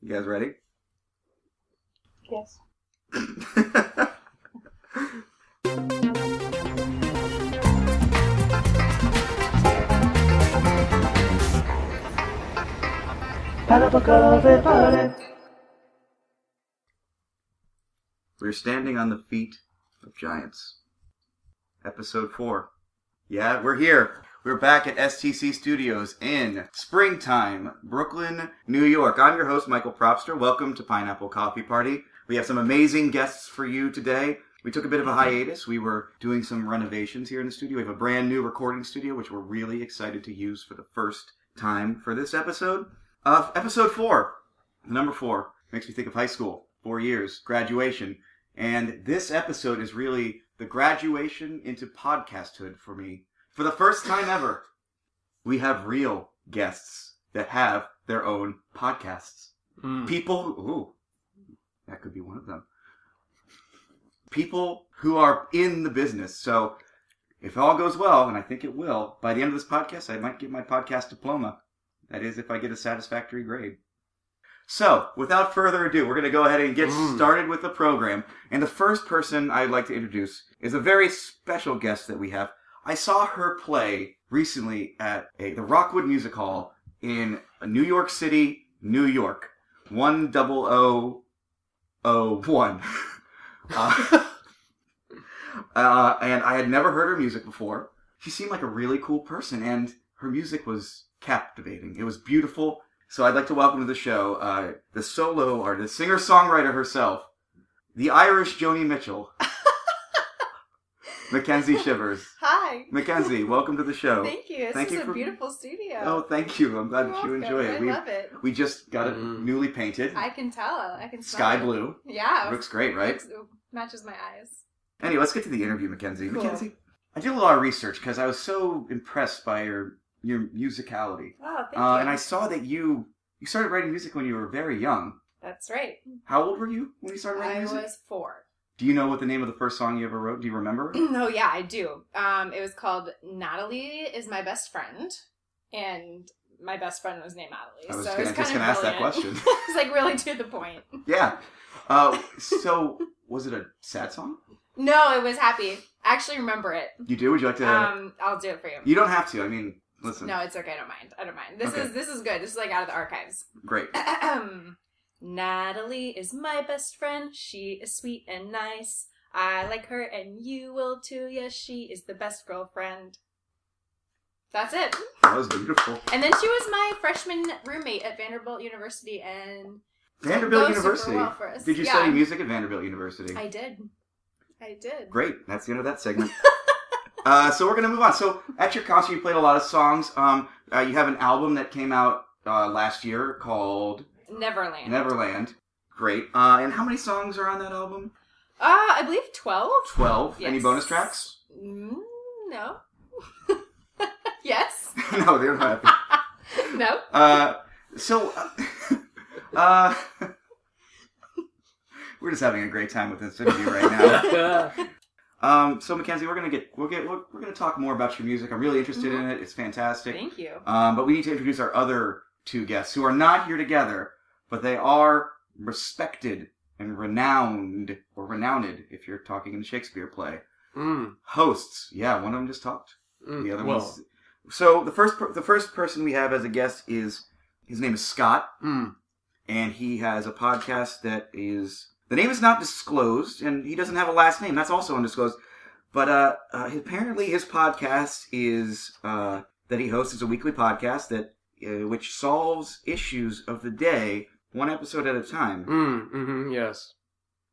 You guys ready? Yes. We're standing on the feet of giants. Episode 4. Yeah, we're here. We're back at STC Studios in springtime, Brooklyn, New York. I'm your host, Michael Propster. Welcome to Pineapple Coffee Party. We have some amazing guests for you today. We took a bit of a hiatus. We were doing some renovations here in the studio. We have a brand new recording studio, which we're really excited to use for the first time for this episode. Uh, episode 4. Number 4. Makes me think of high school. Four years. Graduation. And this episode is really the graduation into podcasthood for me. For the first time ever, we have real guests that have their own podcasts. Mm. People, ooh, that could be one of them. People who are in the business. So if all goes well, and I think it will, by the end of this podcast, I might get my podcast diploma. That is, if I get a satisfactory grade. So, without further ado, we're going to go ahead and get Mm. started with the program. And the first person I'd like to introduce is a very special guest that we have. I saw her play recently at a, the Rockwood Music Hall in New York City, New York. 10001. Uh, uh, and I had never heard her music before. She seemed like a really cool person, and her music was captivating. It was beautiful. So I'd like to welcome to the show uh, the solo artist, singer songwriter herself, the Irish Joni Mitchell, Mackenzie Shivers. Hi. Mackenzie, welcome to the show. Thank you. This Thank is you a for- beautiful studio. Oh, thank you. I'm glad that you welcome. enjoy it. I We love it. we just got it Mm. newly painted, I can tell. I can smell sky it. blue. Yeah. Looks great, right? Looks- it matches my eyes. Anyway, let's get to the interview, Mackenzie. Cool. Mackenzie, I did a lot of research because I was so impressed by your your musicality, Oh, thank uh, you. and I saw that you you started writing music when you were very young. That's right. How old were you when you started writing I music? was four. Do you know what the name of the first song you ever wrote? Do you remember? oh, yeah, I do. Um, it was called Natalie is my best friend, and my best friend was named Natalie. I was so gonna- it just was kind of gonna ask that brilliant. question. it's like really to the point. yeah. Uh, so was it a sad song? No, it was happy. I actually remember it. You do? Would you like to? Um, I'll do it for you. you don't have to. I mean, listen. No, it's okay. I don't mind. I don't mind. This Okay. is this is good. This is like out of the archives. Great. Natalie is my best friend. She is sweet and nice. I like her, and you will too. Yes, she is the best girlfriend. That's it. That was beautiful. And then she was my freshman roommate at Vanderbilt University, and Vanderbilt goes super University. well for us. Did you Yeah. study music at Vanderbilt University? I did. I did. Great. That's the end of that segment. uh, so we're gonna move on. So at your concert, you played a lot of songs. Um, uh, you have an album that came out uh, last year called Neverland. Neverland. Great. Uh, and how many songs are on that album? Ah, I believe twelve. Twelve. Any Yes. bonus tracks? Mm, no. yes. no, they don't have. No. Uh, so, uh, uh, we're just having a great time with this interview right now. Mm. Um, so Mackenzie, we're gonna get we'll get we're, we're gonna talk more about your music. I'm really interested Mm-hmm. in it. It's fantastic. Thank you. Um, but we need to introduce our other two guests who are not here together, but they are respected and renowned, or renowned if you're talking in the Shakespeare play. Mm, Hosts. Yeah, one of them just talked. mm, The other well, one's. So the first per- the first person we have as a guest is his name is Scott, Mm, and he has a podcast that is the name is not disclosed, and he doesn't have a last name. That's also undisclosed. But uh, uh, apparently, his podcast is uh, that he hosts is a weekly podcast that uh, which solves issues of the day one episode at a time. mm, hmm yes.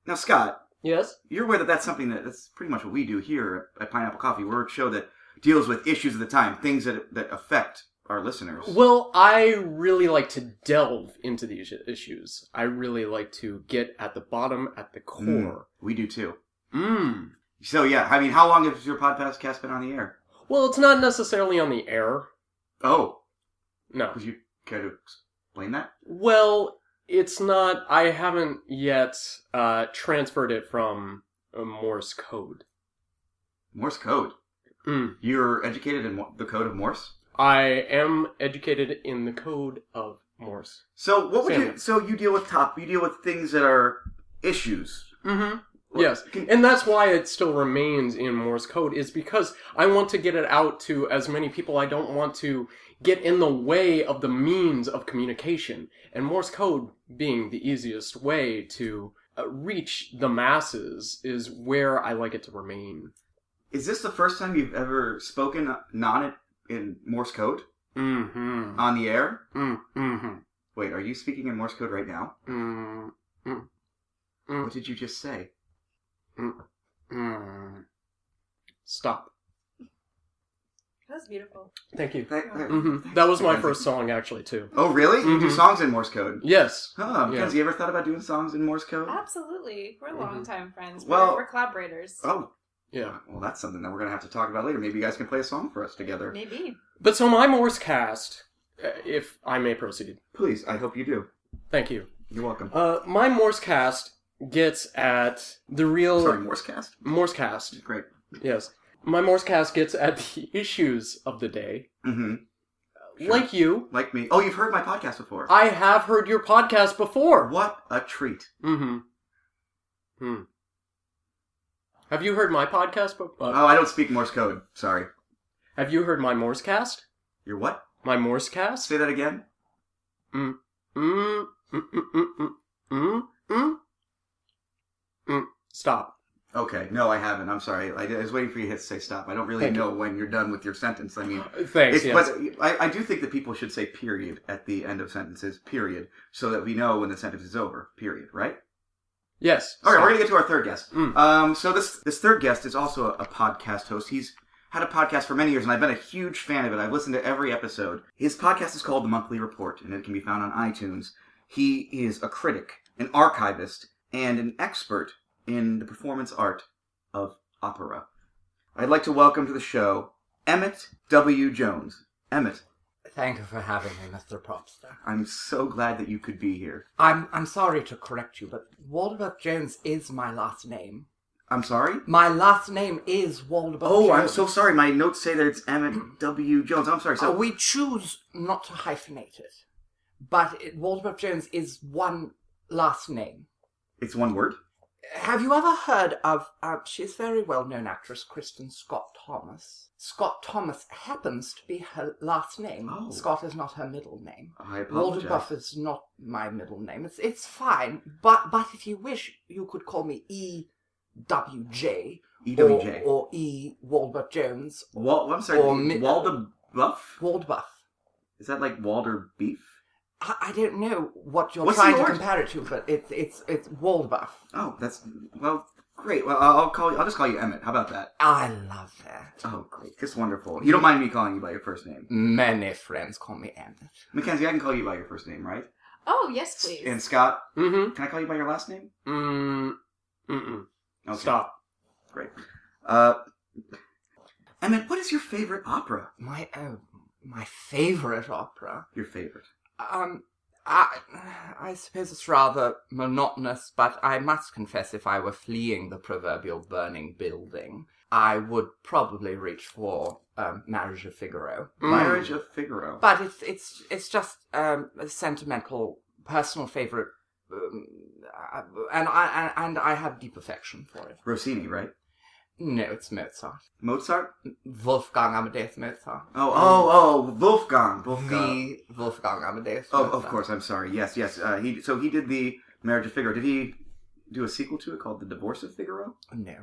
Now, Scott, Yes? you're aware that that's something that that's pretty much what we do here at Pineapple Coffee. We're a show that deals with issues of the time, things that that affect our listeners. Well, I really like to delve into these issues. I really like to get at the bottom, at Mm. the core. We do too. Mm. So yeah, I mean, how long has your podcast been on the air? Well, it's not necessarily on the air. Oh, No. Would you care to explain that? Well, it's not. I haven't yet uh, transferred it from uh, Morse code. Morse code. Mm. You're educated in Mo- the code of Morse. I am educated in the code of Morse. So what would you? Sandwich. So you deal with top. You deal with things that are issues. Mm-hmm. What- Yes, can- and that's why it still remains in Morse code is because I want to get it out to as many people. I don't want to get in the way of the means of communication, and Morse code being the easiest way to uh, reach the masses is where I like it to remain. Is this the first time you've ever spoken non in Morse code Mm-hmm. on the air? Mm-hmm. Wait, are you speaking in Morse code right now? Mm, Hmm. What did you just say? mm. Stop. That was beautiful. Thank you. Th- th- hmm That was my first song, actually, too. Oh, really? You do Mhm. songs in Morse code? Yes. Huh, because Yeah. you ever thought about doing songs in Morse code? Absolutely. We're Mhm. longtime friends. Mm-hmm. Well- we're, we're collaborators. Oh, Yeah. well, that's something that we're gonna have to talk about later. Maybe you guys can play a song for us together. Maybe. But so my Morse cast, uh, if I may proceed. Please, I hope you do. Thank you. You're welcome. Uh, my Morse cast gets at the real Sorry, Morse cast. Morse cast. Oh. Great. Yes. My Morse cast gets at the issues of the day. hmm Sure. Like you, Like me. Oh, you've heard my podcast before. I have heard your podcast before. What a treat. Mm-hmm. Hmm. Have you heard my podcast? Be- uh, Oh, I don't speak Morse code. Sorry. have you heard my Morse cast? You're what? My Morse cast? Say that again. Mm, mm, mm, mm, mm, mm, mm. Mm. Stop. Okay. No, I haven't. I'm sorry. I, I was waiting for you to hit say stop. I don't really Thank you. know when you're done with your sentence. I mean, Thanks. it's, yes. but I, I do think that people should say period at the end of sentences, period, so that we know when the sentence is over, period, right? Yes. Okay, we're gonna get to our third guest. Mm. Um, so this this third guest is also a, a podcast host. He's had a podcast for many years, and I've been a huge fan of it. I've listened to every episode. His podcast is called The Monthly Report, and it can be found on iTunes. He is a critic, an archivist, and an expert in the performance art of opera. I'd like to welcome to the show Emmett W. Jones. Emmett, Thank you for having me, Mr. Propster. I'm so glad that you could be here. I'm I'm sorry to correct you, but Waldebeth Jones is my last name. I'm sorry. My last name is Waldebeth Jones. Oh, I'm so sorry. My notes say that it's Emmett W. Jones. I'm sorry. So Uh, we choose not to hyphenate it, but it, Waldebeth Jones is one last name. It's one word. Have you ever heard of? Uh, she's a very well-known actress, Kristen Scott Thomas. Scott Thomas happens to be her last name. Oh. Scott is not her middle name. I Waldenbuff apologize. is not my middle name. It's it's fine, but but if you wish, you could call me E W J E or, EWJ. or E Waldbuff Jones Wal- I'm sorry. or mi- Walder Buff? Waldbuff. Is that like Walder Beef? I, I don't know what you're What's trying the to origin? compare it to, but it's it's it's Waldbuff. Oh, that's well, great. Well, I'll I'll call you. I'll just call you Emmett. How about that? I love that. Oh, great. It's wonderful. You don't mind me calling you by your first name, Many friends call me Emmett. Mackenzie. I can call you by your first name, right? Oh, yes, please. And Scott, Mm-hmm. can I call you by your last name? Mm. Mm-mm. Okay. Stop. Great. Uh, Emmett, what is your favorite opera? My oh, my favorite opera. Your favorite? Um, I, I suppose it's rather monotonous, but I must confess, if I were fleeing the proverbial burning building, I would probably reach for um, Marriage of Figaro. Mm. Marriage of Figaro. But it's it's it's just um, a sentimental, personal favorite, um, uh, and I and I have deep affection for it. Rossini, right? No, it's Mozart, Mozart? Wolfgang Amadeus Mozart. Oh, oh, oh, Wolfgang. Wolfgang. The Wolfgang Amadeus. Oh, of Mozart. course. I'm sorry. Yes, yes. Uh, he so he did the Marriage of Figaro. Did he do a sequel to it called The Divorce of Figaro? No.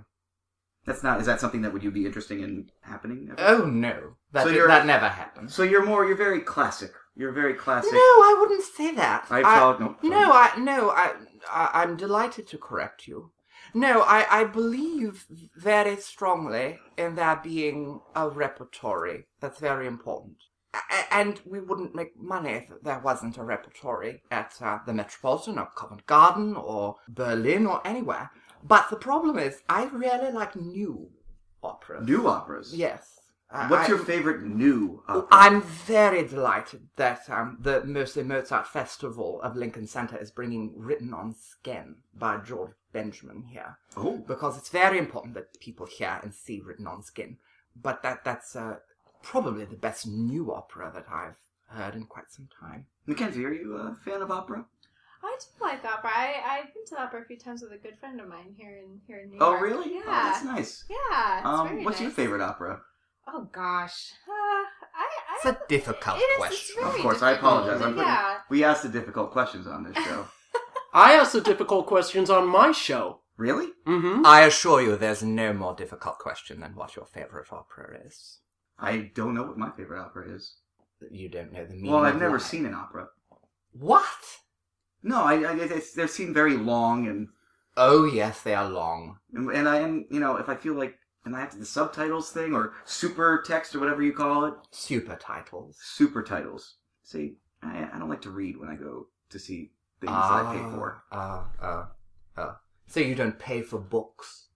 That's not. Is that something that would you be interesting in happening? ever? Oh no, that So did- you're- that never happened. so you're more. You're very classic. You're very classic. No, I wouldn't say that. I apologize. no, no, I no, I, I I'm delighted to correct you. No, I I believe very strongly in there being a repertory. That's very important. A- a- And we wouldn't make money if there wasn't a repertory at uh, the Metropolitan or Covent Garden or Berlin or anywhere. But the problem is, I really like new operas. new operas. Yes. I- What's I- your favorite new opera? I'm very delighted that um, the Mostly Mozart Festival of Lincoln Center is bringing Written on Skin by George Benjamin here oh, because it's very important that people hear and see Written on Skin. But that that's uh, probably the best new opera that I've heard in quite some time. Mackenzie, are you a fan of opera? I do like opera. I, I've been to opera a few times with a good friend of mine here in here in New Oh, York. really? Yeah. Oh, that's nice. yeah. It's um, very what's your nice. favorite opera? Oh gosh. Uh, I, I It's don't- a difficult it is, It's question. very Of course, I difficult. apologize. I'm putting- yeah. We ask the difficult questions on this show. I ask the difficult questions on my show. really? Mm-hmm. I assure you, there's no more difficult question than what your favorite opera is. I don't know what my favorite opera is. You don't know the meaning. Well, I've of never life. seen an opera. What? No, I, I, it's, they seem very long, and Oh yes, they are long. and and I am, you know, if I feel like, and I have to, the subtitles thing or super text or whatever you call it, Super titles. super titles. See, I, I don't like to read when I go to see things that I pay for. Ah, ah, ah. So you don't pay for books?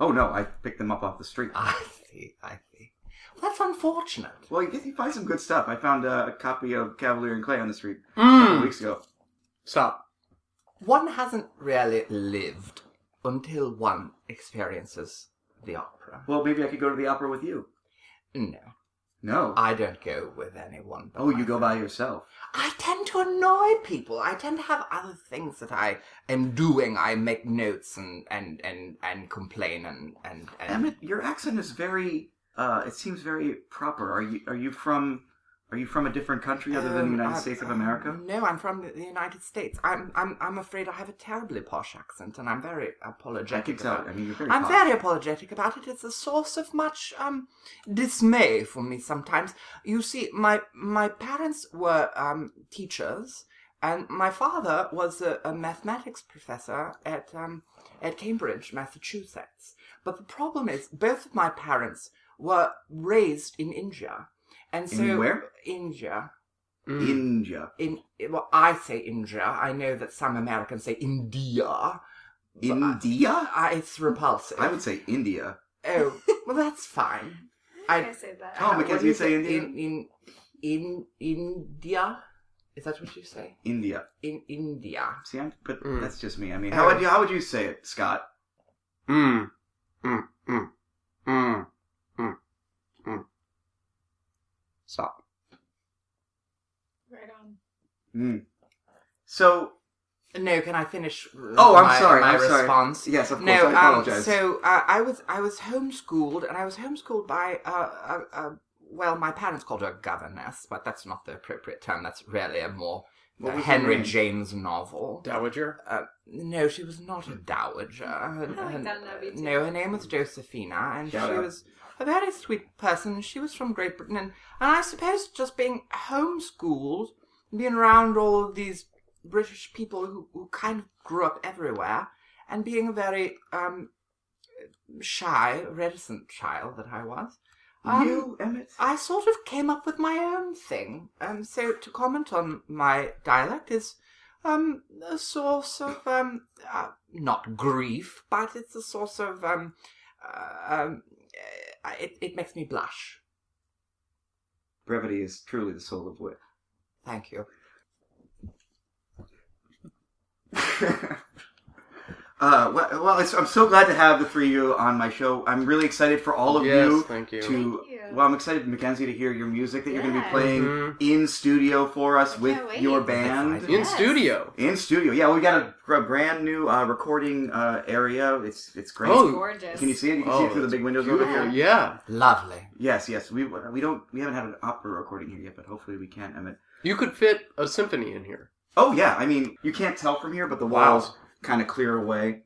Oh no, I picked them up off the street. I see, I see. That's unfortunate. Well, you, you find some good stuff. I found uh, a copy of Cavalier and Clay on the street a Hmm. couple Mm. weeks ago. Stop. One hasn't really lived until one experiences the opera. Well, maybe I could go to the opera with you. No, Ah. No. I don't go with anyone. but oh, you go myself. by yourself. I tend to annoy people. I tend to have other things that I am doing. I make notes and and and and complain and and and. Emmett, your accent is very. Uh, it seems very proper. Are you are you from are you from a different country other than the Um, United I- States of uh, America? No, I'm from the United States. I'm I'm I'm afraid I have a terribly posh accent, and I'm very I can apologetic. tell. about I it. mean, you're very. I'm posh. very apologetic about it. It's a source of much um, dismay for me sometimes. You see, my my parents were um, teachers, and my father was a, a mathematics professor at um, at Cambridge, Massachusetts. But the problem is, both of my parents were raised in India, and so In where? India. Mm. India. In well, I say India. I know that some Americans say India. uh, India? I, it's repulsive. I would say India. Oh, well, that's fine. I, think I- I say that. Oh, Uh, Mackenzie, what do you say India? In, in, in India? Is that what you say? India. In India. See, I, but Mm. that's just me. I mean, how Oh. would you how would you say it, Scott? Mm. Mm. Mm. Mm. Mm. Mm. Stop. Right on. Mm. So No, can I finish? uh, Oh, I'm my- sorry, My I'm sorry. response. yes, of course, No, I um, apologize. so uh, I was I was homeschooled, and I was homeschooled by uh, uh, uh, well, my parents called her a governess, but that's not the appropriate term. That's really a more What uh, was her Henry name? James novel. Dowager. Uh, no, she was not a dowager. Her- I like her- Down Abbey too. no, her name was Josephina, and Shout she out. was a very sweet person. She was from Great Britain, and, and I suppose just being homeschooled, being around all of these British people who, who kind of grew up everywhere, and being a very um, shy, reticent child that I was. um, you, Emmett. I sort of came up with my own thing. Um, so to comment on my dialect is um, a source of um, uh, not grief, but it's a source of um, uh, um, uh, it, it makes me blush. Brevity is truly the soul of wit. Thank you. Uh, well, well it's, I'm so glad to have the three of you on my show. I'm really excited for all of yes, you Thank you. to. Thank you. Well, I'm excited, Mackenzie, to hear your music that you're going to be Yeah. playing Mhm. in studio for us I with can't wait. your That's band. exciting. In Yes. studio. In studio, yeah, we got a, a brand new uh, recording uh, area. It's it's great. Oh, Gorgeous. can you see it? You can see it through the it's big windows over beautiful, here. Yeah. Lovely. Yes, yes. We we don't we haven't had an opera recording here yet, but hopefully we can, Emmett. You could fit a symphony in here. Oh yeah, I mean you can't tell from here, but the Wow. walls kind of clear away.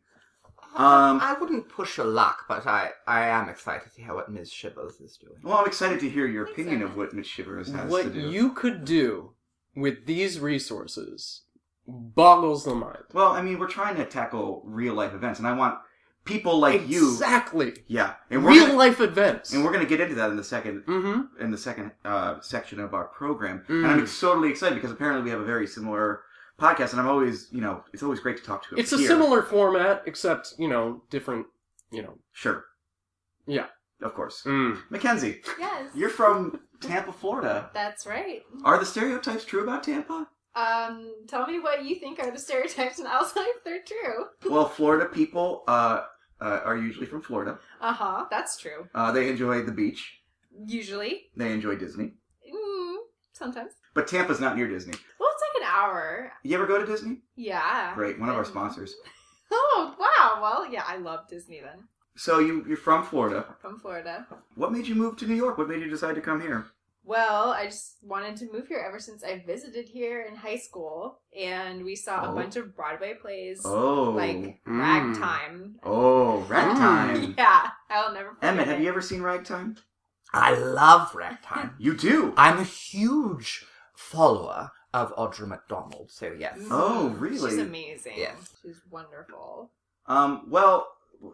Um, I wouldn't push your luck, but I, I am excited to hear what Ms. Shivers is doing. Well, I'm excited to hear your opinion of what Miss Shivers has to What do. you could do with these resources boggles the mind. Well, I mean, we're trying to tackle real life events, and I want people like you. Exactly. Yeah, and we're Real gonna, life events. and we're going to get into that in the second mm-hmm. in the second uh, section of our program. Mm. And I'm totally excited because apparently we have a very similar podcast, and I'm always, you know, it's always great to talk to. It's a here. similar format, except you know, different. You know. Sure. Yeah. Of course, Mm. Mackenzie, Yes. you're from Tampa, Florida. That's right. Are the stereotypes true about Tampa? Um, tell me what you think are the stereotypes, and I'll tell you if they're true. Well, Florida people uh, uh, are usually from Florida. Uh huh. That's true. Uh, they enjoy the beach. Usually. They enjoy Disney. Mm, sometimes. But Tampa's not near Disney. Well, it's like an hour. You ever go to Disney? Yeah. Great, one of our sponsors. Oh, wow. Well, yeah, I love Disney then. So you, you're from Florida. From Florida. What made you move to New York? What made you decide to come here? Well, I just wanted to move here ever since I visited here in high school and we saw Oh. a bunch of Broadway plays Oh, like Hmm. Mm. Ragtime. oh, Ragtime. Yeah, I'll never forget. Emmett, have it. you ever seen Ragtime? I love ragtime. You do. I'm a huge follower of Audra McDonald, so yes. Mm. Oh, really? She's amazing. Yeah. She's wonderful. Um, well,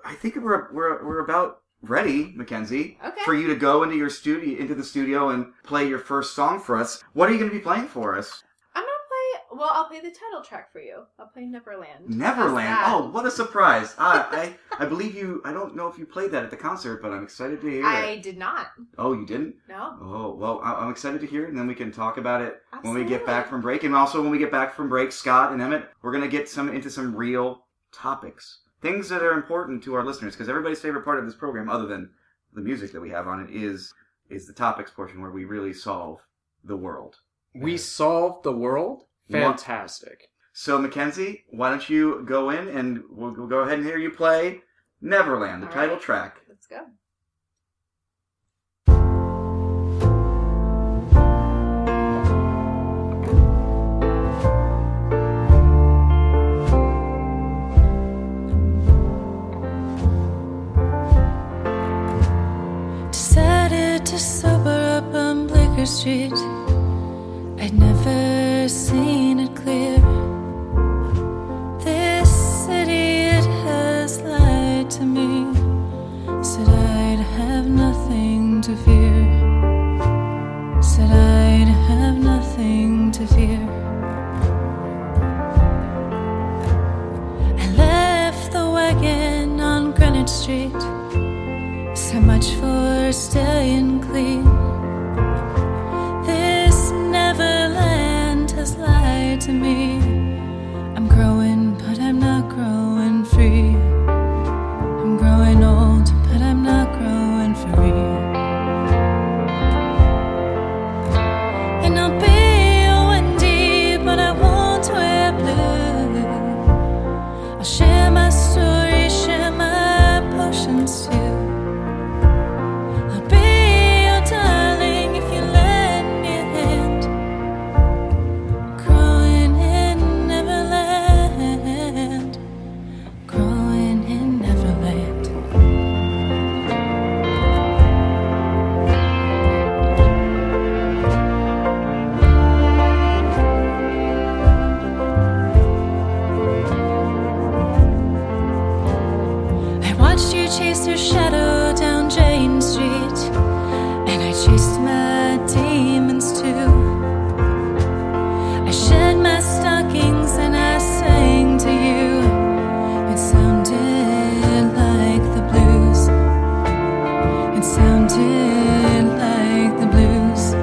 I think we're we're we're about ready, Mackenzie, Okay. for you to go into your studio into the studio and play your first song for us. What are you going to be playing for us? I'm gonna play. Well, I'll play the title track for you. I'll play Neverland. Neverland. How's that? Oh, what a surprise! I, I I believe you. I don't know if you played that at the concert, but I'm excited to hear I it. did not. Oh, you didn't? No. Oh well, I- I'm excited to hear it, and then we can talk about it when we get Absolutely. back from break. And also when we get back from break, Scott and Emmett, we're gonna get some into some real topics, things that are important to our listeners, because everybody's favorite part of this program, other than the music that we have on it, is is the topics portion where we really solve the world. We solved the world. What? Fantastic. So Mackenzie, why don't you go in and we'll, we'll go ahead and hear you play Neverland, the All title right. track. Let's go. Decided to sober up on Bleecker Street. I'd never seen it clear. This city, it has lied to me. Said I'd have nothing to fear. Said I'd have nothing to fear. I left the wagon on Greenwich Street. So much for staying clean. This Neverland has lied to me. I'm growing, but I'm not growing free. I'm growing old, but I'm not growing free. And I'll be a Wendy, but I won't wear blue. I'll share my story, share my potions too. I'll be your darling if you lend me a hand. Growing in Neverland, growing in Neverland. I watched you chase your shadow down Jane Street, and I chased my demons too. I shed my stockings and I sang to you. It sounded like the blues. It sounded like the blues.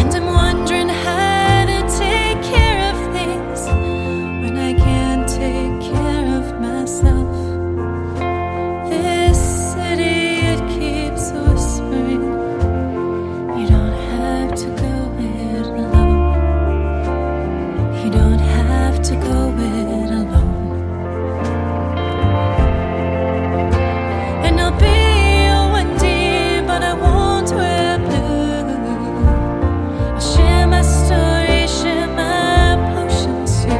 And I'm wondering how to take care of things when I can't take care of myself. This city, it keeps whispering. You don't have to go it alone. You don't have to go it alone. And I'll be your Wendy, but I won't wear blue. I'll share my story, share my potions too.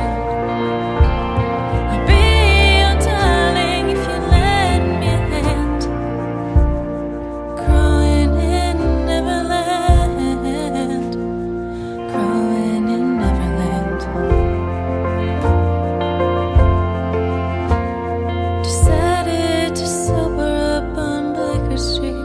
I'll be your darling if you lend me a hand. Growing in Neverland, growing in Neverland. Decided to sober up on Bleecker Street.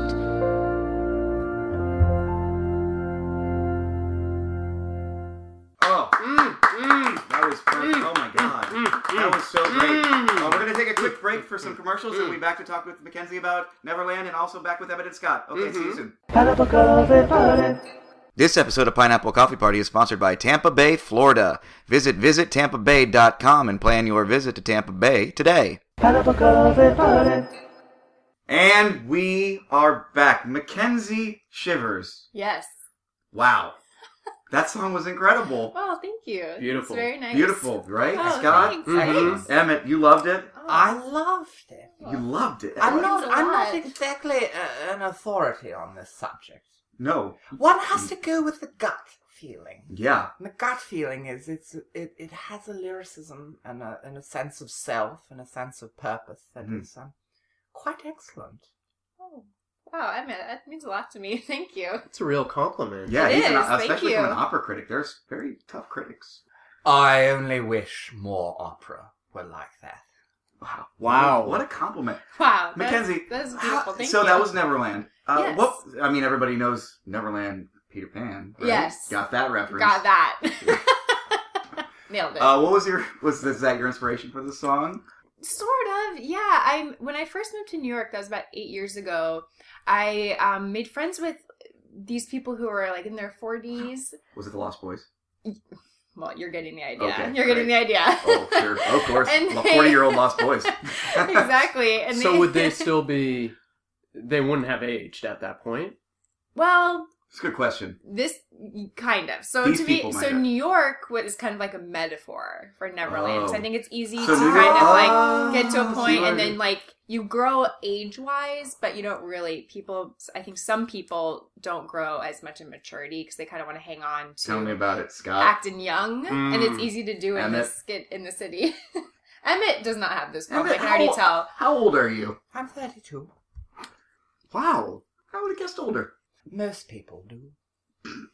Oh, Mm, mm, that was perfect. Oh my god. mm, mm. That was so great. Mm. Uh, we're going to take a quick break for some commercials and we'll be back to talk with Mackenzie about Neverland and also back with Evan and Scott. Okay, see you Mm-hmm. soon. This episode of Pineapple Coffee Party is sponsored by Tampa Bay, Florida. Visit visittampabay.com and plan your visit to Tampa Bay today. And we are back. Mackenzie Shivers. Yes. Wow. That song was incredible. Well, thank you. Beautiful. It's very nice. Beautiful, right? Oh, Scott? Mm-hmm. thanks, Mhm. thanks. Emmett, you loved it? Oh, I loved it. You loved it. I'm means not. a I'm lot. not exactly uh, an authority on this subject. No. One has to go with the gut feeling. Yeah. And the gut feeling is it's it, it has a lyricism and a and a sense of self and a sense of purpose that is Mhm. um, quite excellent. Oh, wow, Emmett, that means a lot to me. Thank you. It's a real compliment. Yeah, It he's an, is, thank especially from you. an opera critic. They're s- very tough critics. I only wish more opera were like that. Wow. Wow. What a compliment. Wow. that's- Mackenzie. That is how- beautiful. Thank so you. that was Neverland. Uh, Yes. What? I mean, everybody knows Neverland, Peter Pan. right? Yes. Got that reference. Got that. Nailed it. Uh, what was your was this that your inspiration for the song? sort of yeah i when i first moved to new york that was about eight years ago i um, made friends with these people who were like in their 40s Was it the Lost Boys? well you're getting the idea Okay, you're getting great. the idea Oh, sure, of course. And Well, they- Forty year old Lost Boys. exactly and so would they still be? They wouldn't have aged at that point. well It's a good question. this kind of so These to me people might so have. new york was kind of like a metaphor for neverland so Oh. i think it's easy So to New kind York- of like Ah, get to a see point what I and then did- like you grow age wise but you don't really people i think some people don't grow as much in maturity because they kind of want to hang on Tell me to about it, Scott. acting young and it's Mm. easy to do in Uh, Emmett. this skit in the city emmett does not have this problem Emmett, i can already how- tell How old are you? I'm 32. Wow, I would have guessed older. Most people do.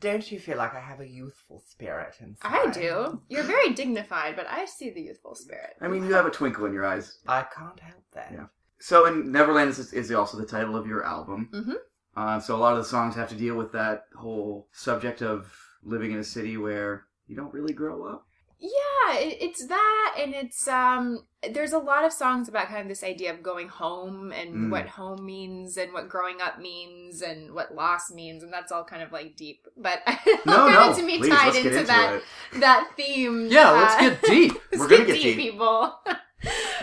Don't you feel like I have a youthful spirit inside? i do you're very dignified but i see the youthful spirit I mean, you have a twinkle in your eyes. I can't help that. Yeah. So, and Neverland is, is also the title of your album. Mhm. Uh, so, a lot of the songs have to deal with that whole subject of living in a city where you don't really grow up. Yeah, it, it's that, and it's um. There's a lot of songs about kind of this idea of going home and Mm. what home means and what growing up means and what loss means, and that's all kind of like deep. But I No, wanted no, to be please tied let's get into, into that it. that theme. Yeah, uh, let's get deep. let's We're gonna get get deep, deep. people.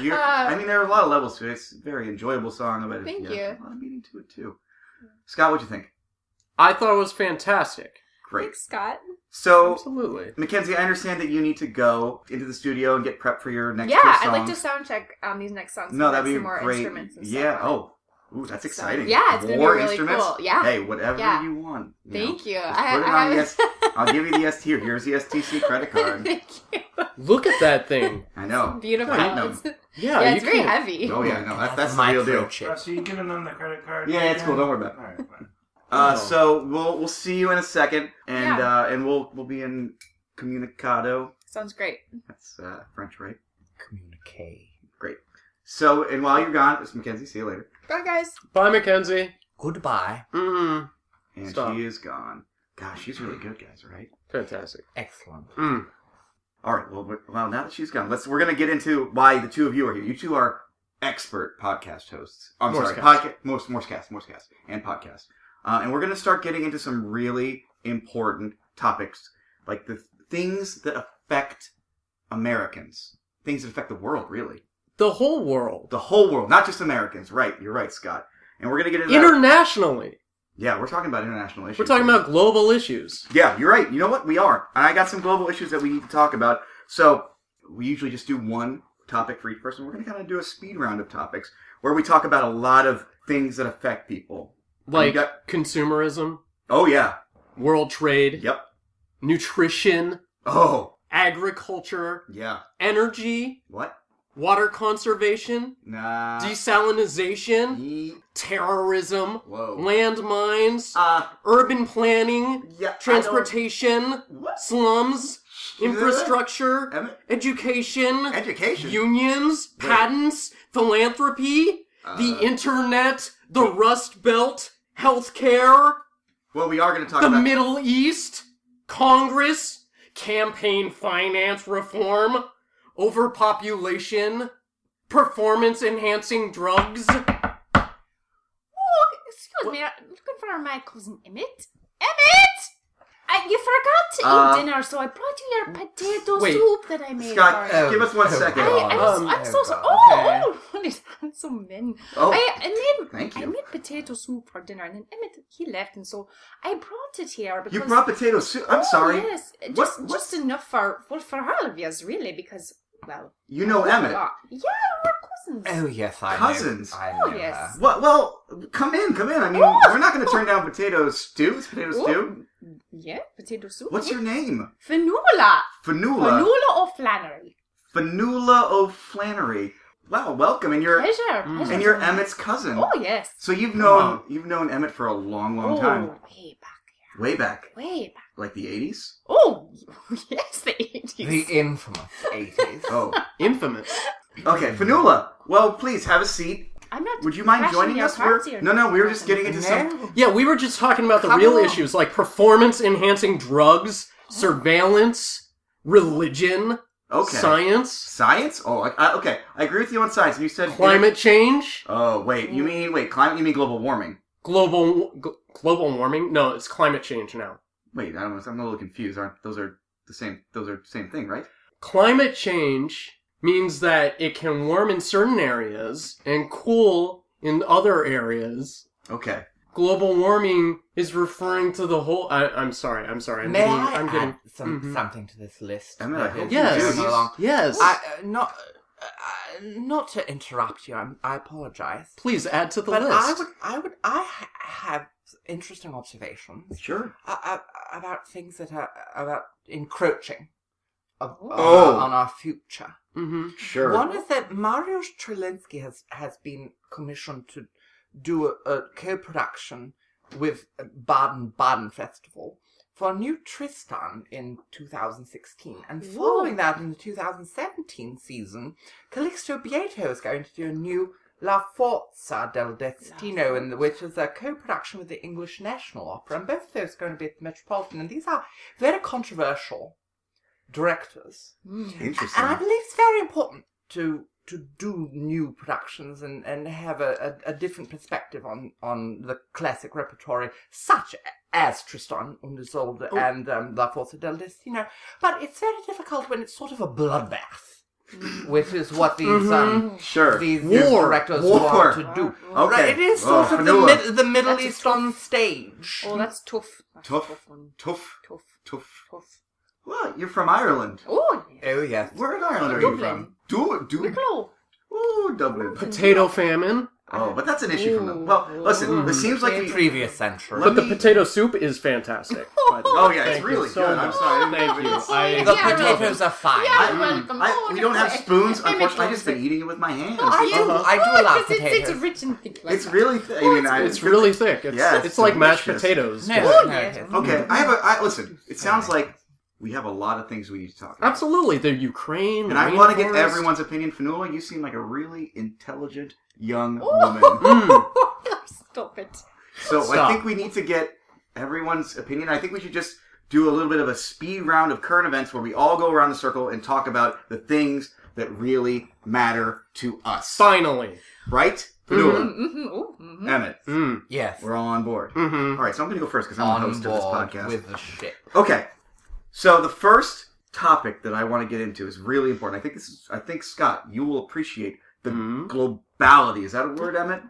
You're, Uh, I mean, there are a lot of levels to it. It's a very enjoyable song, but it- Thank yeah, you. there's a lot of meaning to it too. Scott, what do you think? I thought it was fantastic. Great. Thanks, Scott. So, Absolutely. Mackenzie, I understand that you need to go into the studio and get prepped for your next. yeah, two I'd like to songs. sound check on these next songs. No, and that'd add be some more great. Instruments and stuff. yeah. Oh, ooh, that's So, exciting. yeah, it's gonna be more really instruments. cool. Yeah. Hey, whatever Yeah. you want. you know. Thank you. Just I, put it I on the have- S- I'll give you the ST. Here, here's the STC credit card. Thank you. Look at that thing. I know. Beautiful. I know. It's- Yeah, yeah, you it's very can't- heavy. Oh yeah, no, that's that's the my real deal. Uh, microchip. so you're giving them the credit card? Yeah, it's cool. Don't worry about it. All right, fine. Uh, No. so we'll we'll see you in a second, and Yeah. uh, and we'll we'll be in comunicado. Sounds great. That's uh, French, right? Communique. So and while you're gone, it's Mackenzie. See you later. Bye, guys. Bye, Mackenzie. Goodbye. Mm-hmm. Mm. And Stop. she is gone. Gosh, she's really good, guys. Right? Fantastic. Excellent. Mm. All right. Well, we- well, now that she's gone, let's we're gonna get into why the two of you are here. You two are expert podcast hosts. I'm sorry, Morsecast. podcast, Morse, Morsecast, Morsecast, and podcast. Uh, and we're gonna start getting into some really important topics, like the things that affect Americans, things that affect the world, really, The whole world. the whole world, not just Americans. Right? You're right, Scott. And we're gonna get into that- Internationally. yeah, we're talking about international issues. We're talking about global issues. Yeah, you're right. You know what? We are. And I got some global issues that we need to talk about. So we usually just do one topic for each person. We're going to kind of do a speed round of topics where we talk about a lot of things that affect people. Like You got- consumerism, Oh yeah. world trade, Yep. nutrition, Oh agriculture, yeah. energy, What? water conservation, Nah. desalinization, Ye- terrorism, Whoa. landmines, uh. urban planning, Yeah. I don't- transportation, What? slums, infrastructure, Emmett? education, Education. unions, Wait. patents, philanthropy, Uh, the internet, the Rust Belt, healthcare, Well, we are going to talk the about. Middle East, Congress, campaign finance reform, overpopulation, performance enhancing drugs. Oh, excuse me. I'm looking for my cousin Emmett. Emmett! I, you forgot Uh, to eat dinner, so I brought you your potato wait. soup that I made. Scott, uh, for you. Oh, give us one oh, second. I, I'm, Um, I'm so oh, sorry. God. Okay. Oh, what is that? So mean. Oh, I, I made thank I you. made potato soup for dinner, and then Emmett he left, and so I brought it here because You brought potato soup. I'm Oh, sorry. Yes, What- just what- just enough for well, for all of us really because well You know Emmett. uh, yeah we're cousins. Oh yes, I Cousins. Know, I Oh, know yes. her. Well, well, come in, come in. I mean, we're not going to turn down potato stew. It's potato Oh, stew. yeah, potato soup. What's your name? Fanula? Fanula. Fanula O'Flannery. Fanula O'Flannery. Wow, welcome. And you're Pleasure, pleasure. Mm. and you're Emmett's cousin. Oh yes. So you've Wow. known you've known Emmett for a long, long oh, time, way back, way back, way back. like the '80s. Oh yes, the The eighties. infamous eighties. Oh, Infamous. okay, Fanula. Well, please have a seat. I'm not. Would you mind crashing joining your us? We're, party or no, no, we were just nothing. getting into some. no. Yeah, we were just talking about the Come real along. issues like performance enhancing drugs, surveillance, religion, Okay, science, Science? Oh, I, I, okay. I agree with you on science. You said climate change, Oh wait, you mean wait climate? You mean global warming? global gl- global warming. No, it's climate change now. Wait, I don't, I'm a little confused. Aren't those are the same? Those are the same thing, right? Climate change means that it can warm in certain areas and cool in other areas. Okay. Global warming is referring to the whole. I, I'm sorry. I'm sorry. I'm May getting. I I'm getting. add some, mhm. something to this list? Mm-hmm. Emma, I that hope is you Yes. moving do. along. Yes. I, uh, not, uh, uh, not to interrupt you. I'm, I apologize. Please add to the but list. I would, I would, I ha- have interesting observations Sure. uh, uh, about things that are about encroaching of, Oh. on our future. hmm Sure. One is that Mariusz Trelinsky has has been commissioned to do a, a co-production with uh, Baden Baden Festival for a new Tristan in 2016, and following that in the 2017 season, Calixto Bieto is going to do a new La Forza del Destino, in the, which is a co-production with the English National Opera, and both of those are going to be at the Metropolitan, and these are very controversial directors. Mm. Interesting. And I believe it's very important to to do new productions and, and have a, a, a different perspective on, on the classic repertory, such as Tristan und Isolde Oh. and um, La Forza del Destino. But it's very difficult when it's sort of a bloodbath, Mm. which is what these um, Mm-hmm. sure. these War. directors War. want to do. Okay. Right, it is sort Oh, of the, Fanula. mid, the Middle That's a East on stage. Oh, that's tough. That's Tough. a tough one. Tough. Tough. Tough. Tough. Well, you're from Ireland. Oh, yeah. Eh, Oh yes, Where in Ireland are Dublin. you from? Du- Du- Wicklow. Ooh, Dublin. Potato famine. Oh, but that's an issue from them. Well, listen. It seems like we. previous century. Let But the me- potato soup is fantastic. by the way. Oh yeah, it's Thank you really so good. I'm much. sorry. Thank you. I- the Yeah, really. potatoes are fine. Yeah, Mm. welcome. I, we don't have spoons. Unfortunately, I've just been eating it with my hands. I do. I do love Uh-huh. Because potatoes. it's, it's rich and thick. Like It's that. really. Th- I mean, I, It's really thick. It's, Yeah, it's, it's like mashed delicious. potatoes. No, but- no, yes. it is. Okay, I have a. I, listen, it sounds like we have a lot of things we need to talk about. Absolutely. The Ukraine. And the I want to get rainforest. everyone's opinion. Fanula, you seem like a really intelligent young woman. Mm. Oh, Stop it. So I Stop. think we need to get everyone's opinion. I think we should just do a little bit of a speed round of current events where we all go around the circle and talk about the things that really matter to us. Finally. Right? Fanula, Mm-hmm. Oh, mm-hmm. Emmett, Mm. Yes. we're all on board. hmm All right, so I'm going to go first because I'm on the host board of this podcast. with the ship. Okay. So the first topic that I want to get into is really important. I think this is, I think Scott, you will appreciate the Mhm. globality. Is that a word, Emmett?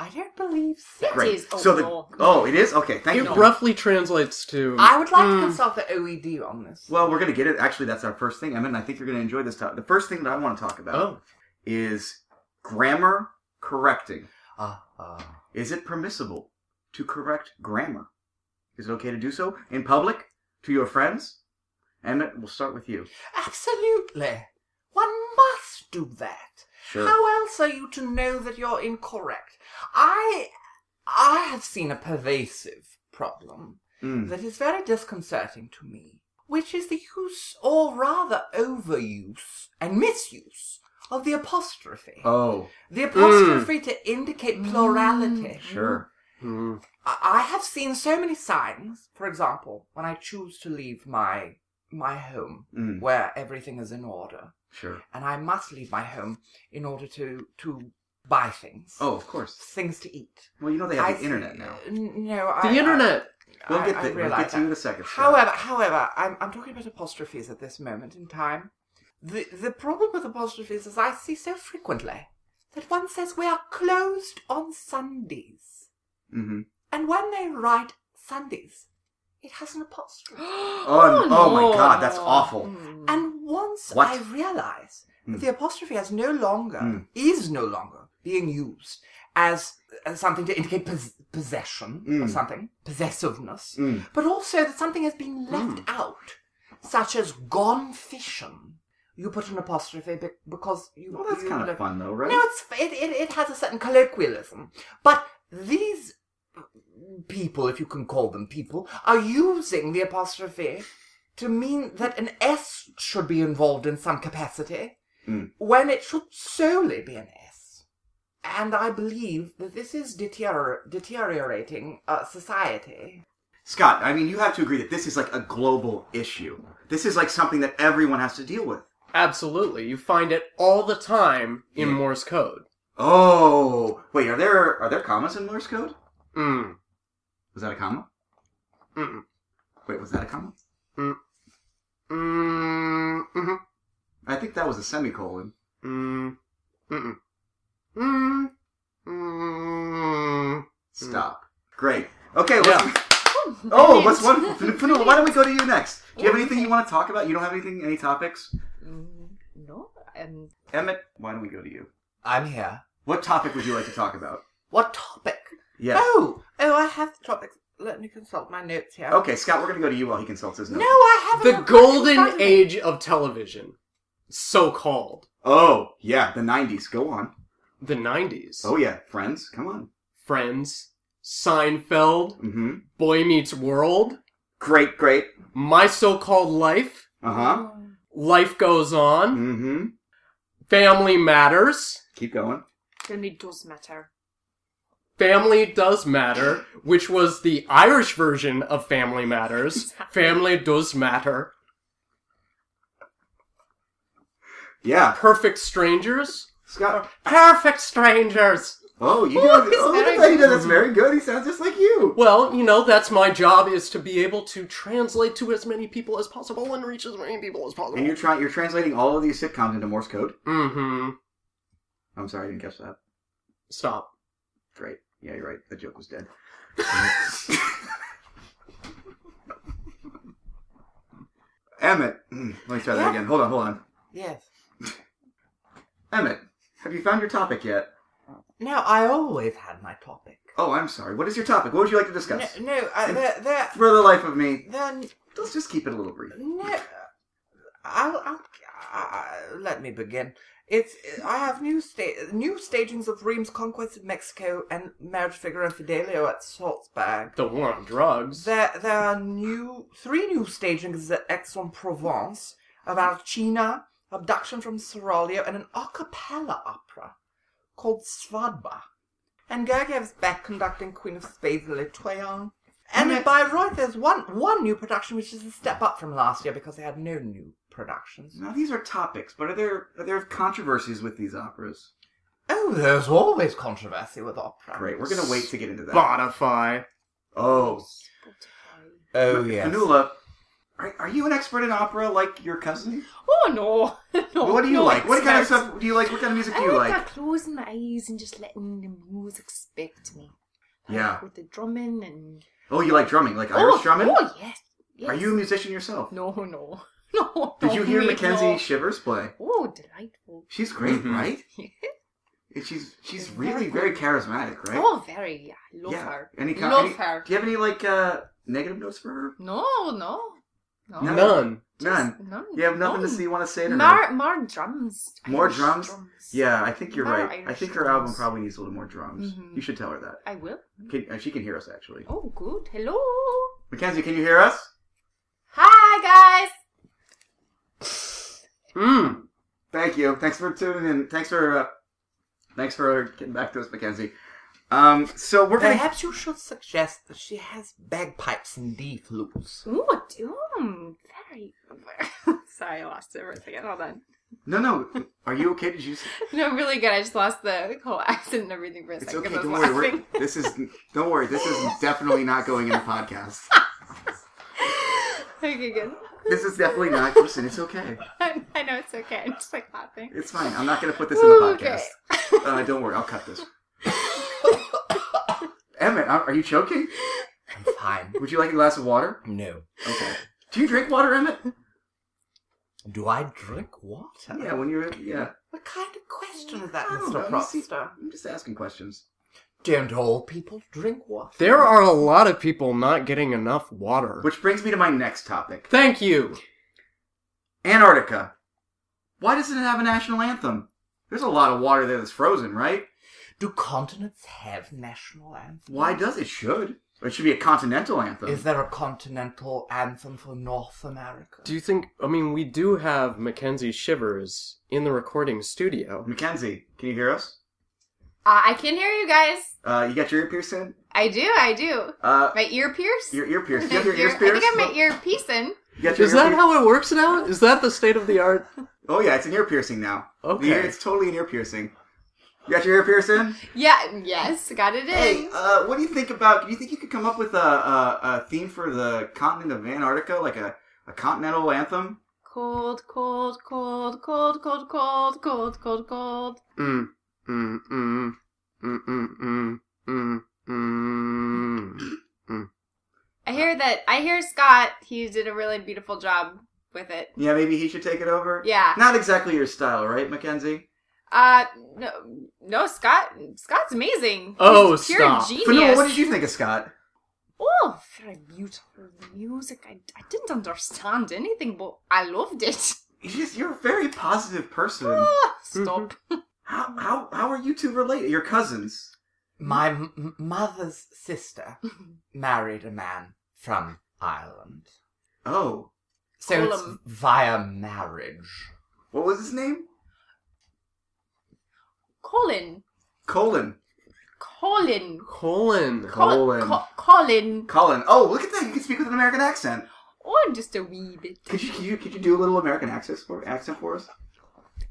I don't believe so. Great. is so the overall. Oh, it is? Okay, thank It you. roughly translates to. I would like Mm. to consult the OED on this. Well, we're going to get it. Actually, that's our first thing, Emmett, and I think you're going to enjoy this topic. The first thing that I want to talk about Oh. is grammar correcting. Uh, uh, Is it permissible to correct grammar? Is it okay to do so in public to your friends? Emmett, we'll start with you. absolutely. One must do that. Sure. How else are you to know that you're incorrect? I, I have seen a pervasive problem Mm. that is very disconcerting to me, which is the use, or rather overuse and misuse, of the apostrophe. Oh, The apostrophe to indicate plurality. sure. Mm. I I have seen so many signs. For example, when I choose to leave my my home, Mm. where everything is in order, Sure. and I must leave my home in order to to buy things, Oh, of course. things to eat. Well, you know they have I the internet now. n- No, The I, internet. We'll I- get I there. We'll realize get to that. you in a second. Scott. However, however, I'm, I'm talking about apostrophes at this moment in time. The the problem with apostrophes is I see so frequently that one says we are closed on Sundays, Mhm. and when they write Sundays, it has an apostrophe. Oh, I'm- oh my god, that's awful. and once What? I realize Hmm. that the apostrophe has no longer Hmm. is no longer being used as, as something to indicate pos- possession Hmm. of something, possessiveness, Mm. but also that something has been left Hmm. out, such as gone fishing. You put an apostrophe be- because you. Well, that's you kind of look- fun though, right? No, it's it, it, it has a certain colloquialism, but these people, if you can call them people, are using the apostrophe to mean that an S should be involved in some capacity Mm. when it should solely be an S. And I believe that this is deterior- deteriorating uh, society. Scott, I mean, you have to agree that this is like a global issue. This is like something that everyone has to deal with. Absolutely. You find it all the time in Yeah. Morse code. Oh, wait, are there are there commas in Morse code? Mm. Was that a comma? Mm. Wait, was that a comma? Mm. Mm-hmm. I think that was a semicolon. Mm. Mm. Mm. Mm. Stop. Great. Okay. Let's, Oh, what's one? Fanula, why don't we go to you next? Do you have anything you want to talk about? You don't have anything, any topics? Mm, no, um, Emmett, why don't we go to you? I'm here. What topic would you like to talk about? What topic? Yes. Oh, oh, I have the topics. Let me consult my notes here. Okay, Scott, we're gonna go to you while he consults his Oh. No, notes. I haven't. The golden age of television, so called. Oh, yeah, the '90s. Go on. The 90s. Oh yeah, Friends. Come on. Friends, Seinfeld, Mm-hmm. Boy Meets World, Great, great. My So Called Life, Uh huh. Oh. Life Goes On, Mm-hmm. Family Matters, Keep going. family does matter. Family Does Matter, which was the Irish version of Family Matters. Family Does Matter. Yeah, Perfect Strangers. Scott. Perfect Strangers! Oh, you. Guys, he's oh, look very at that. He does that's very good. He sounds just like you. Well, you know, that's my job is to be able to translate to as many people as possible and reach as many people as possible. And you're trying. You're translating all of these sitcoms into Morse code. mm-hmm. I'm sorry, I didn't catch that. Stop. Great. Yeah, you're right. The joke was dead. Emmett, Mm, let me try that Yeah? again. Hold on, hold on. Yes. Emmett, have you found your topic yet? No, I always had my topic. Oh, I'm sorry. What is your topic? What would you like to No, discuss? no, uh, they're, they're, For the life of me, they're, let's just keep it a little brief. no. I'll, I'll, I, let me begin. It's I have new sta- new stagings of Ream's conquest of Mexico and marriage figure and Fidelio at Salzburg. The war on drugs. There, there are new three new stagings at Aix-en-Provence of Alcina, Abduction from Seraglio, and an a cappella opera called Svadba. And Gergiev's back conducting Queen of Spades and Litoyen. And in Bayreuth, there's one one new production, which is a step up from last year because they had no new productions. Now, these are topics, but are there are there controversies with these operas? Oh, there's always controversy with opera. Great. We're gonna wait to get into that. Spotify. Oh, Oh, F- yes. Fanula, are, are you an expert in opera like your cousin? Oh no, no. what do you no like? What kind of expert. stuff do you like? What kind of music do I you like, like? that closing my eyes and just letting the music speak to me. Yeah. Like, with the drumming and Oh, you like drumming, like Irish oh, drumming? Oh yes, yes. Are you a musician yourself? No, no, no. Did you no, hear mate, Mackenzie no. Shivers play? Oh, delightful. She's great, Mm-hmm. Mhm. right? And she's she's really very charismatic, right? Oh, very. Yeah, I love yeah. her. Any, co- love any- her. Do you have any like uh, negative notes for her? No, no, no. No. None. None. None. You have nothing to none. see you want to say to her. More, more drums. More Irish drums? Yeah, I think you're Mar- right. I Irish think her drums. album probably needs a little more drums. Mhm. You should tell her that. I will. Can, uh, she can hear us actually. Oh, good. Hello. Mackenzie, can you hear us? Hi, guys. Mm. Thank you. Thanks for tuning in. Thanks for uh, thanks for getting back to us, Mackenzie. Um, so we're gonna Perhaps you should suggest that she has bagpipes and D flutes. Ooh, doom. Very. Sorry, I lost it for a second. Hold on. No, no. Are you okay? Did you? s- No, I'm really good. I just lost the whole accent and everything for a It's second. okay. 'cause I Don't was worry. We're, laughing. this is. Don't worry. This is definitely not going in the podcast. okay, good. This is definitely not. Listen, it's okay. I know it's okay. I'm just like laughing. It's fine. I'm not going to put this in the podcast. Okay. Uh, don't worry. I'll cut this. Emmett, are are you choking? I'm fine. Would you like a glass of water? No. Okay. Uh, Do you drink water, Emmett? Do I drink water? Yeah, when you're yeah. What kind of question is that, I don't Mr. know, you see- Propster? I'm just asking questions. Don't all people drink water? There are a lot of people not getting enough water. Which brings me to my next topic: Thank you. Antarctica. Why doesn't it have a national anthem? There's a lot of water there that's frozen, right? Do continents have national anthems? Why does it should? It should be a continental anthem. Is there a continental anthem for North America? Do you think? I mean, we do have Mackenzie Shivers in the recording Mm-hmm. studio. Mackenzie, can you hear us? Uh, I can hear you guys. Uh, you got your ear pierced in? I do. I do. Uh, My ear pierce. your ear pierced. You have My your ears ear- I pierced? think I have my ear piecing. You got your Is ear that pier- how it works now? Is that the state of the art? Oh yeah, it's an ear piercing now. Okay. The ear- it's totally an ear piercing. You got your ear pierced in? Yeah. Yes. Got it in. Hey, uh, what do you think about? Do you think you could come up with a, a, a theme for the continent of Antarctica, like a, a continental anthem? Cold, cold, cold, cold, cold, cold, cold, cold, cold. Mm, mm, mm, mm, mm, mm, mm, mm. I hear that. I hear Scott. He did a really beautiful job with it. Yeah, maybe he should take it over. Yeah. Not exactly your style, right, Mackenzie? Uh, no, no, Scott. Scott's amazing. Oh, He's pure stop. genius. Fanula, what did you think of Scott? Oh, very beautiful music. I, I didn't understand anything, but I loved it. He's just, you're a very positive person. Oh, stop. How, how how are you two related? You're cousins. My m- m- mother's sister Mm-hmm. married a man from Ireland. Oh, So it's Colum. via marriage. what was his name? Colin. Colin. Colin. Colon. Col- Colin. Co- Colin. Colin. Oh, look at that! You can speak with an American accent. Oh, just a wee bit. Could you could you, could you do a little American accent for accent for us?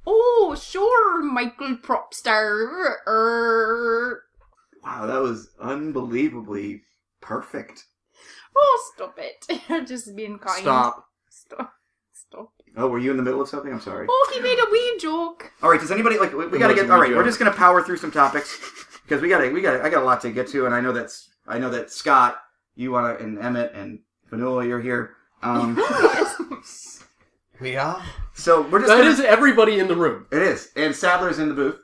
Oh, sure, Michael Propstar. Er. Wow, that was unbelievably perfect. Oh, stop it. You're just being kind. Stop. Stop. Stop. Oh, were you in the middle of something? I'm sorry. Oh, he made a wee joke. All right. Does anybody like? We, we It gotta was get. a All right. We're joke. just gonna power through some topics because we gotta. We gotta. I got a lot to get to, and I know that's. I know that Scott, you wanna, and Emmett and Vanilla, you're here. Um, We are so we're just. That gonna- is everybody in the room. It is. And Sadler's in the booth.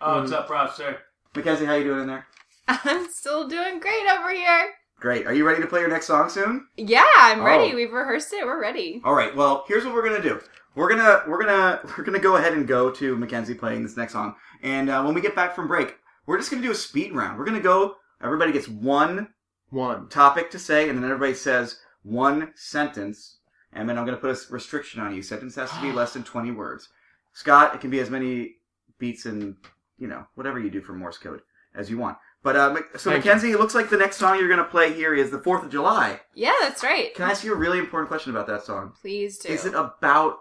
Oh, what's up, Rob, sir? Mackenzie, how you doing in there? I'm still doing great over here. Great. Are you ready to play your next song soon? Yeah, I'm Oh. ready. We've rehearsed it. We're ready. All right. Well, here's what we're gonna do. We're gonna we're gonna we're gonna go ahead and go to Mackenzie playing this next song, and uh, when we get back from break, we're just gonna do a speed round. We're gonna go. Everybody gets one One. topic to say, and then everybody says one sentence, and then I'm gonna put a s- restriction on you. Sentence has to be less than 20 words. Scott, it can be as many beats and you know whatever you do for Morse code as you want. But uh, Mac- so Thank you. Mackenzie, it looks like the next song you're gonna play here is the Fourth of July. Yeah, that's right. Can I ask you a really important question about that song? Please do. Is it about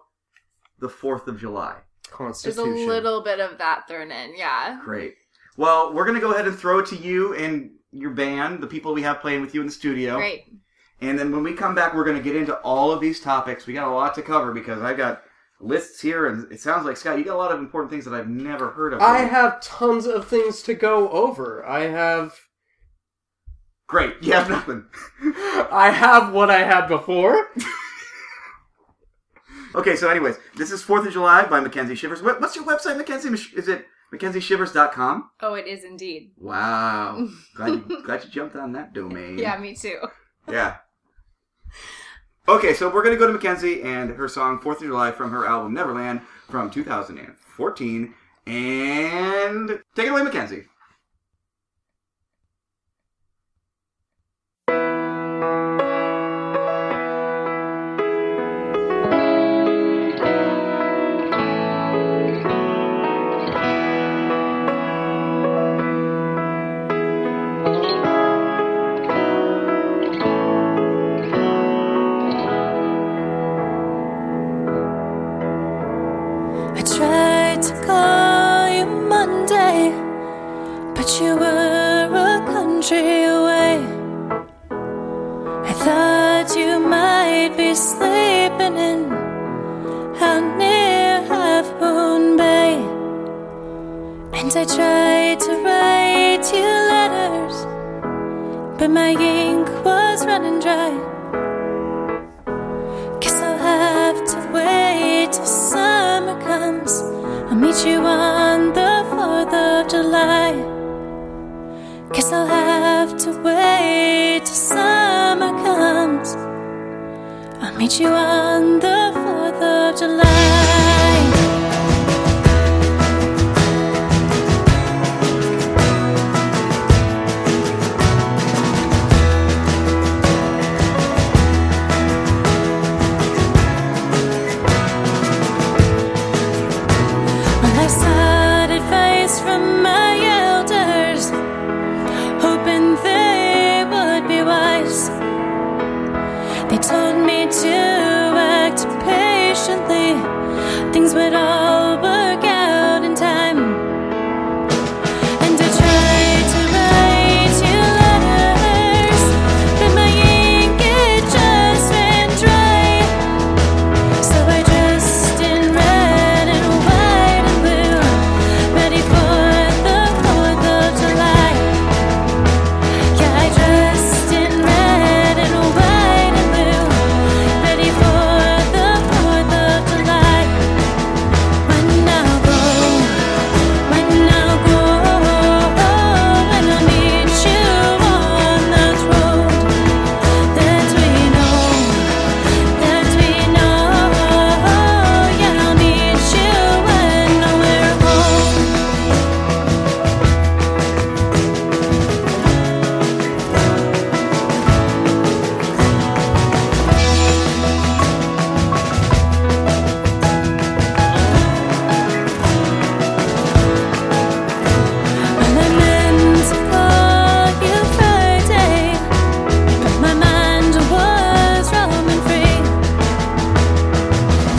the 4th of July? There's a Constitution. little bit of that thrown in. Yeah. Great. Well, we're going to go ahead and throw it to you and your band, the people we have playing with you in the studio. Great. And then when we come back, we're going to get into all of these topics. We got a lot to cover because I've got lists here, and it sounds like, Scott, you got a lot of important things that I've never heard of. I have tons of things to go over. I have. Great. You have nothing. I have what I had before. okay, so, anyways, this is 4th of July by Mackenzie Shivers. What, what's your website, Mackenzie? Mich- Is it mackenzieshivers.com? Oh, it is indeed. Wow. glad, you, glad you jumped on that domain. Yeah, me too. Yeah. Okay, so we're gonna go to Mackenzie and her song Fourth of July from her album Neverland from 2014. And take it away, Mackenzie. I tried to call you Monday, but you were a country away. I thought you might be sleeping in out near Half Moon Bay. And I tried to write you letters, but my ink was running dry. Guess I'll have to wait till summer comes. I'll meet you on the 4th of July. Guess I'll have to wait till summer comes. I'll meet you on the 4th of July. Well, I sought advice from my elders, hoping they would be wise. They told me to act patiently, things would all work out in time. And I tried to write you letters, but my ink it just ran dry. So I dressed in red and white and blue, ready for the Fourth of July. Yeah, I dressed in red and white and blue, ready for the Fourth of July. When I'll go, when I'll go, and I'll meet you on that road that we know. That we know, yeah, I'll meet you when we're home. Well, I meant to call you Friday, but my mind was roaming free,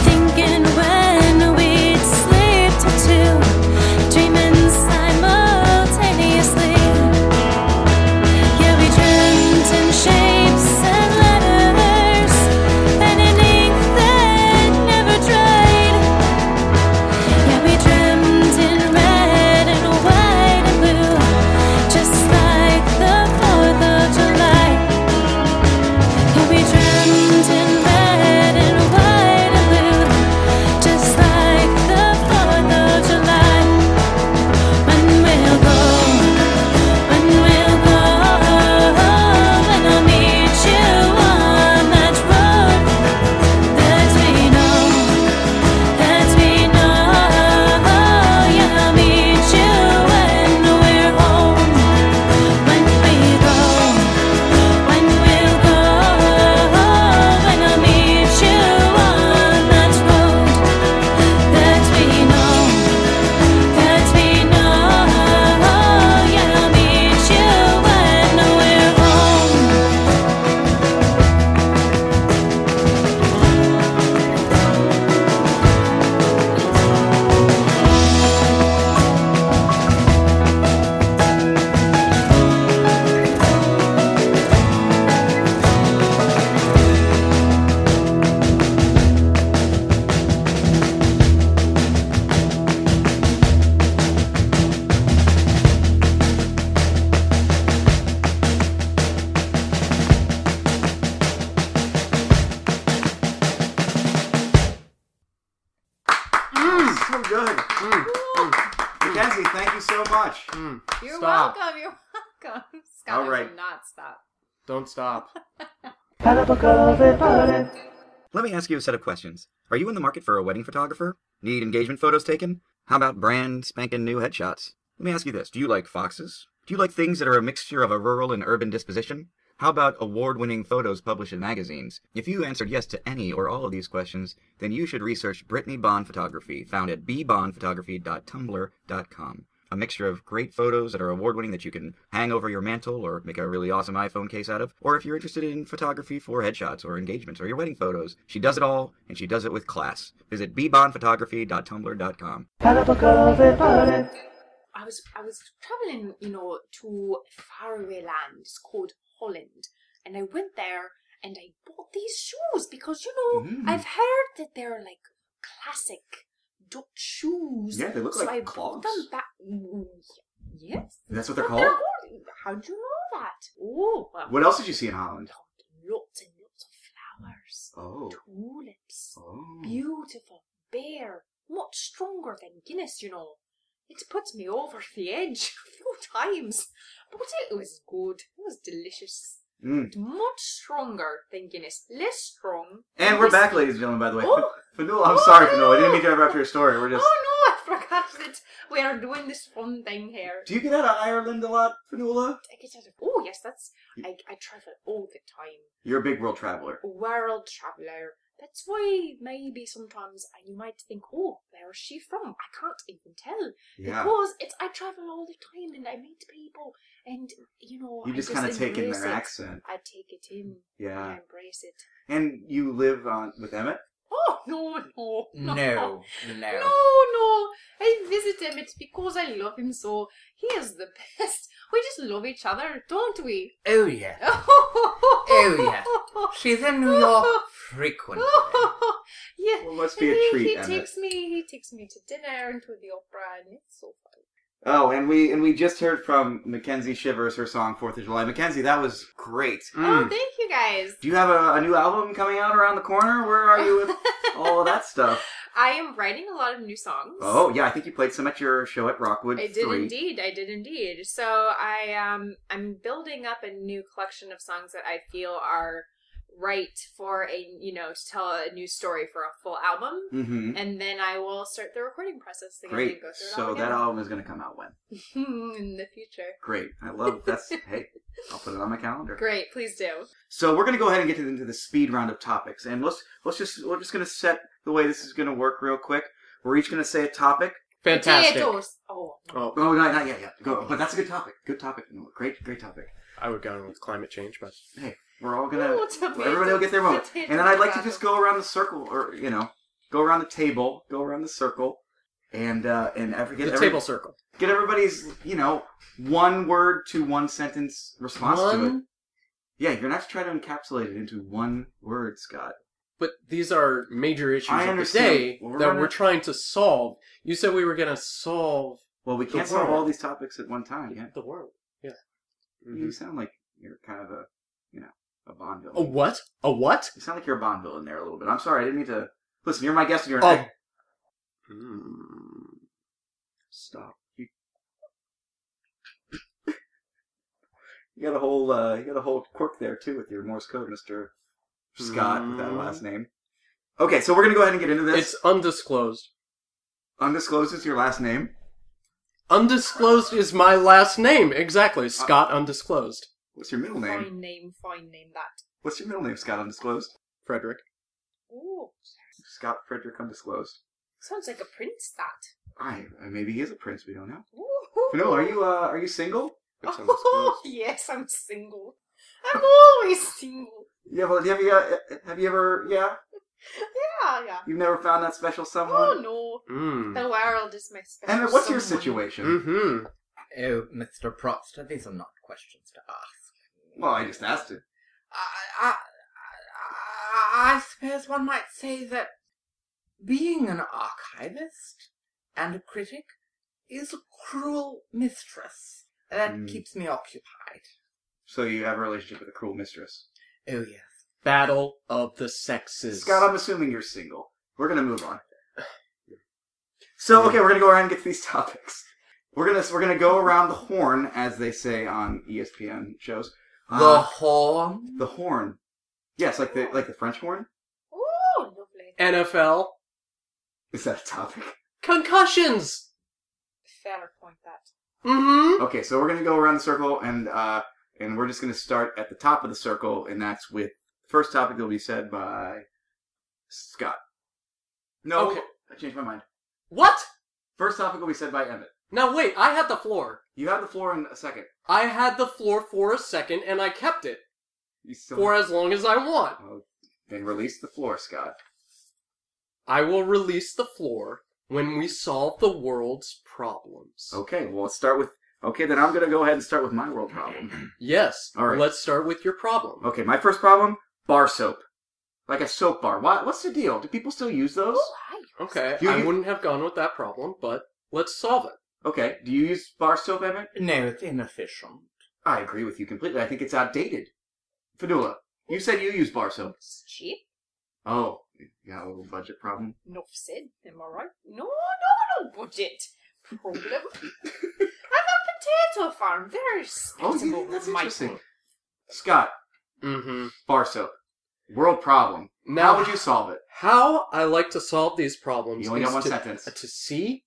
thinking when we'd sleep till two, dreaming simultaneously. Yeah, we dreamt in shapes and letters, and in ink that never dried. Yeah, we dreamt in red and white and blue, just like the Fourth of July. Yeah, we dreamt in red and white and blue, just like the Fourth of July. When we'll go. When we'll go, and I'll meet you on that road that we know, that we know. Yeah, I'll meet you when we're home. When we go, when we'll go, and I'll meet you on that road that we know. That we know, yeah, I'll meet you when we're home. So good. Mm. Mackenzie, thank you so much. Mm. You're Stop. welcome. You're welcome. Scott, All I will right. not stop. Don't stop. Let me ask you a set of questions. Are you in the market for a wedding photographer? Need engagement photos taken? How about brand spanking new headshots? Let me ask you this Do you like foxes? Do you like things that are a mixture of a rural and urban disposition? How about award winning photos published in magazines? If you answered yes to any or all of these questions, then you should research Brittany Bond Photography, found at bbondphotography.tumblr.com. A a mixture of great photos that are award winning that you can hang over your mantle or make a really awesome iPhone case out of. Or if you're interested in photography for headshots or engagements or your wedding photos, she does it all and she does it with class. Visit bbondphotography.tumblr.com. I was I was traveling, you know, to a faraway land. It's called Holland, and I went there and I bought these shoes because you know Mm. I've heard that they're like classic Dutch shoes. Yeah, they look so I like clogs. bought them back. Mm, Yes, That's what they're But called. gold. How do you know that? Oh, well, What else did you see in Holland? Lots and lots of flowers, Oh. tulips Oh. beautiful beer, much stronger than Guinness, you know. It put me over the edge a few times, but it was good. It was delicious. Mm. Much stronger than Guinness, less strong. than And we're whiskey. back, ladies and gentlemen, by the way. Oh. Fanula, I'm Oh, sorry, no. Fanula. I didn't mean to interrupt your story. We're just. Oh no, I forgot that we are doing this fun thing here. Do you get out of Ireland a lot, Fanula? I get out of. Oh yes, that's. I, I travel all the time. You're a big world traveler. world traveller. That's why maybe sometimes you might think, oh, where is she from? I can't even tell. Yeah. Because it's I travel all the time and I meet people and you know You I just kind of take in embrace their it. accent. Uh. I take it in. I Yeah. embrace it. And you live on with Emmett? Oh no no no No, no no. no! I visit him. It's because I love him so. He is the best. We just love each other, don't we? Oh, yeah. Oh yeah. She's in New York frequently. yeah. Well, must be a He- treat, He Emmett. takes me. He takes me to dinner and to the opera, and it's so fun. Oh, and we and we just heard from Mackenzie Shivers her song Fourth of July. Mackenzie, that was great. Mm. Oh, thank you guys. Do you have a, a new album coming out around the corner? Where are you with all of that stuff? I am writing a lot of new songs. Oh yeah, I think you played some at your show at Rockwood. I did three. indeed. I did indeed. So I um I'm building up a new collection of songs that I feel are right for a you know to tell a new story for a full album. Mm-hmm. And then I will start the recording process again Great. and go through it So all that again album is going to come out when? in the future. Great. I love that's hey, I'll put it on my calendar. Great, please do. So we're gonna go ahead and get into the speed round of topics, and let's let's just we're just gonna set the way this is gonna work real quick. We're each gonna say a topic. Fantastic. Potatoes. Oh, Oh, Oh, not, not yet, yeah. Go, but that's a good topic. Good topic. Great, great topic. I would go with climate change, but We're all gonna. Oh, tomatoes, everybody will get their moment, potatoes, and then I'd like to just potatoes. go around the circle, or you know, go around the table, go around the circle, and uh, and every get the every- table circle. get everybody's you know one word to one sentence response to it. Yeah, you're gonna have to try to encapsulate it into one word, Scott. But these are major issues I of the understand. day Well, we're that running- we're trying to solve. You said we were going to solve Well, we The can't solve world. all these topics at one time. Yeah, the world. Mm-hmm. Yeah. you sound like you're kind of a you know a Bond A villain. what? A what? You sound like you're a Bond villain there a little bit. I'm sorry, I didn't mean to. Listen, you're my guest, and you're an Oh. act- Mm. Stop. You... you got a whole uh, you got a whole quirk there too with your Morse code, Mister Scott, with that Mm. last name. Okay, so we're gonna go ahead and get into this. It's undisclosed. Undisclosed is your last name. Undisclosed is my last name. Uh, Exactly. Scott Undisclosed. What's your middle name? Fine name, fine name that. What's your middle name, Scott Undisclosed? Frederick. Oh, Scott Frederick Undisclosed. sounds like a prince that. I maybe he is a prince. We don't know. Ooh. Fanula, are you uh, are you single? It's Oh, undisclosed. yes, I'm single. I'm always single. Yeah, well, have you uh, have you ever? Yeah, Yeah, yeah. you've never found that special someone. Oh no, Mm. the world is my special. Emmett, Hmm. what's your someone. situation? Mm-hmm. Oh, Mr. Propster, these are not questions to ask. Hmm? Well, I just asked it. I, I, I suppose one might say that being an archivist and a critic is a cruel mistress that Mm. keeps me occupied. So you have a relationship with a cruel mistress. Oh yes. Battle of the sexes. Scott, I'm assuming you're single. We're gonna move on. So okay, we're gonna go around and get to these topics. We're gonna we're gonna go around the horn, as they say on E ESPN shows. the Uh, horn. the horn. Yes, like the like the French horn. Oh, lovely. NFL Is that a topic? concussions. Fair point that. Mm-hmm. Okay, so we're gonna go around the circle, and uh, and we're just gonna start at the top of the circle, and that's with the first topic that will be said by Scott. No, Okay. I changed my mind. What? First topic will be said by Emmett. Now wait, I had the floor. You have the floor in a second. I had the floor for a second, and I kept it You still oh, for as long as I want. then release the floor, Scott. I will release the floor when we solve the world's problems. Okay, well let's start with Okay, then I'm gonna go ahead and start with my world problem. Yes. All right. Oh. Let's start with your problem. Okay, my first problem, bar soap. Like a soap bar. Why, what's the deal? Do people still use those? Oh, Okay, You- I you- wouldn't have gone with that problem, but let's solve it. Okay, do you use bar soap, Emmett? No, it's inefficient. I agree with you completely. I think it's outdated. Fadula, you said you use bar soap. It's cheap. Oh, you got a little budget problem. No said. Am I right? No, no, no budget problem. I'm a potato farm. Very Oh, respectable. you- that's Michael. interesting. Scott, Mm-hmm. bar soap. World problem. Now, How would you solve it? how I like to solve these problems You only got is one to, uh, sentence. to see,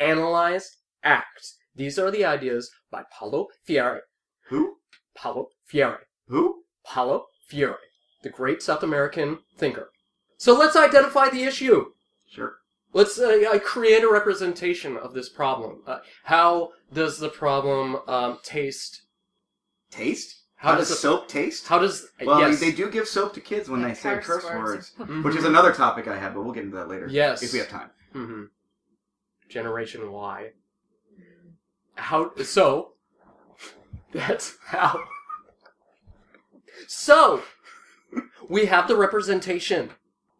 analyze, act. These are the ideas by Paulo Freire. Who? Paulo Freire. Who? Paulo Freire, the great South American thinker. So let's identify the issue. Sure. Let's uh, uh, create a representation of this problem. Uh, how does the problem um, taste? Taste? How How, does does, it- soap taste? How does uh, well, yes? they do give soap to kids when they And say curse curse words, words. which is Mhm. another topic I had, but we'll get into that later. Yes. If we have time. hmm Generation Y. How so? That's how. So, we have the representation.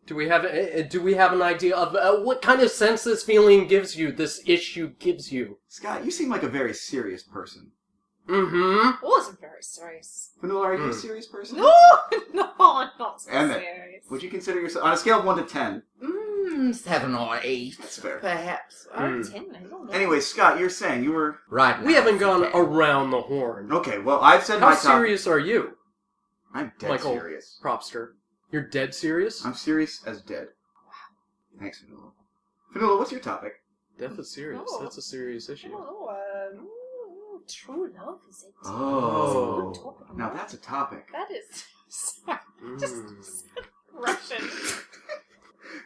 Do we have uh, uh, do we have an idea of uh, what kind of sense this feeling gives you? This issue gives you. Scott, you seem like a very serious person. Mm-hmm. I wasn't very serious. Vanilla, are you a Mm. serious person? No, no, I'm not so Emmett, serious. Would you consider yourself on a scale of one to ten? Mm, seven or eight, That's fair. perhaps. I'm Hmm. Mm. ten. I don't know. Anyway, Scott, you're saying you were Right. We now, haven't it's gone okay. around the horn. okay. Well, I've said How my topic. serious are you, I'm dead Michael? serious. Propster? You're dead serious. I'm serious as dead. Thanks, Vanilla. Vanilla, what's your topic? Death is serious. No. That's a serious I issue. don't know. Um, ooh, true love is it? Oh. It's a good topic. Now that's a topic. that is sorry, Mm. just Russian.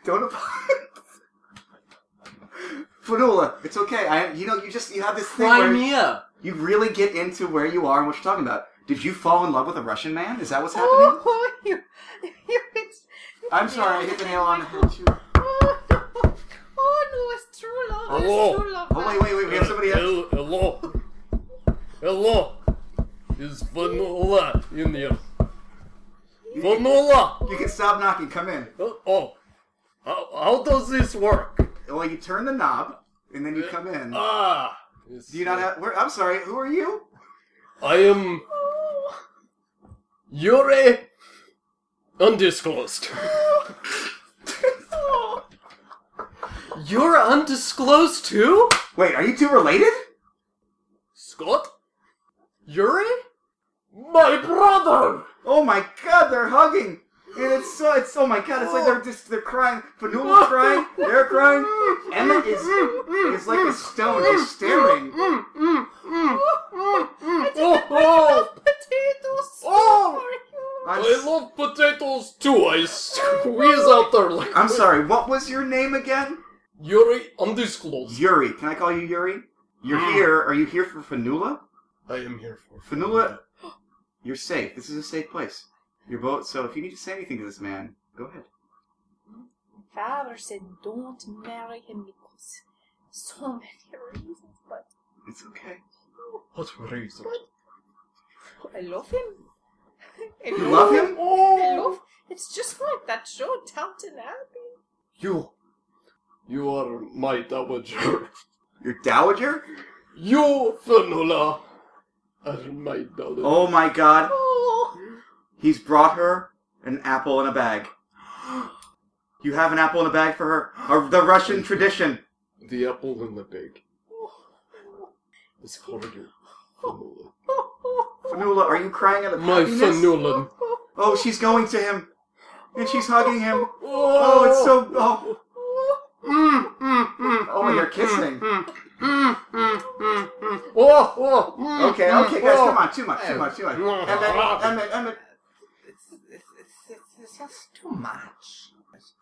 Don't apologize. Vanilla, it's okay. I, you know, you just you have this thing where Crimea. you really get into where you are and what you're talking about. Did you fall in love with a Russian man? Is that what's happening? Oh, you, you, I'm sorry, I hit the nail on the head. You- oh, no. oh no, it's true love. Hello. It's true love. Oh wait, wait, wait. We have somebody else. Hel- Hello. Hello. Is vanilla in here? Vanilla. You can stop knocking. Come in. Oh, Oh. How, how does this work? Well, you turn the knob and then you come in. uh, Ah. it's, Do you not uh, have? Where, I'm sorry. Who are you? I am Yuri Undisclosed. You're undisclosed too? Wait, are you two related? Scott? Yuri? My brother! Oh my God, they're hugging. And it's so it's oh my God, it's like they're just they're crying. Fanula's crying. They're crying. Emma is is like a stone, just staring. Oh, oh, potatoes. oh! I'm, I s- love potatoes too. I squeeze out there like I'm sorry. What was your name again? Yuri Undisclosed. Yuri. Can I call you Yuri? You're here. Are you here for Fanula? I am here for Fanula, you're safe. This is a safe place. Your boat. So if you need to say anything to this man, go ahead. Father said, "Don't marry him because so many reasons." But It's okay. What reason? I love him. I You love him? I love. It's just like that show, Downton Abbey. You. You are my dowager. Your dowager? You, Fanula, are my dowager. Oh my God. Oh, He's brought her an apple in a bag. You have an apple in a bag for her. Or the Russian tradition. The apple in the bag. It's for you, Fanula. Fanula, are you crying out of My happiness? Fanula. Oh, she's going to him. And she's hugging him. Oh, it's so. Oh, Mm, oh and they're kissing. mm, Oh, oh, mm, Okay, mm, okay, guys, oh. come on. Too much, too much, too much. Emmett, Emmett, Emmett. It's, it's, it's, it's, it's just too much.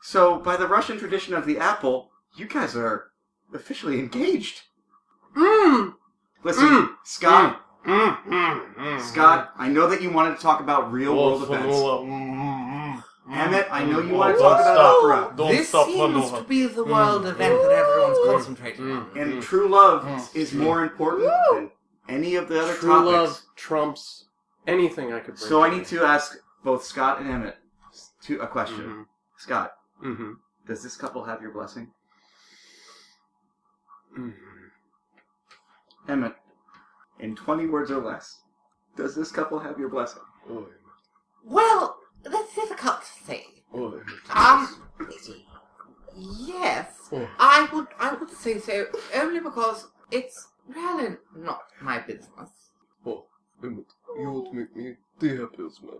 So, by the Russian tradition of the apple, you guys are officially engaged. Mm, Listen, Mm. Scott, mm, mm, mm. Oh, Scott, I know that you wanted to talk about real world events. mm, Emmett, I know you Oh, want to talk about opera. Don't this stop for seems no to be the world event that everyone's Mm. concentrating on. And true love is more important than any of the other Mm. True topics. love trumps anything I could bring. So I need to ask both Scott and Emmett to a question. Scott, Mm-hmm. does this couple have your blessing? mm-hmm, Emmett, in 20 words or less, does this couple have your blessing? Oh, Well, that's difficult to say. oh, Um, yes, Oh. I would. I would say so only because it's really not my business. oh, Emmett, you would make me the happiest man.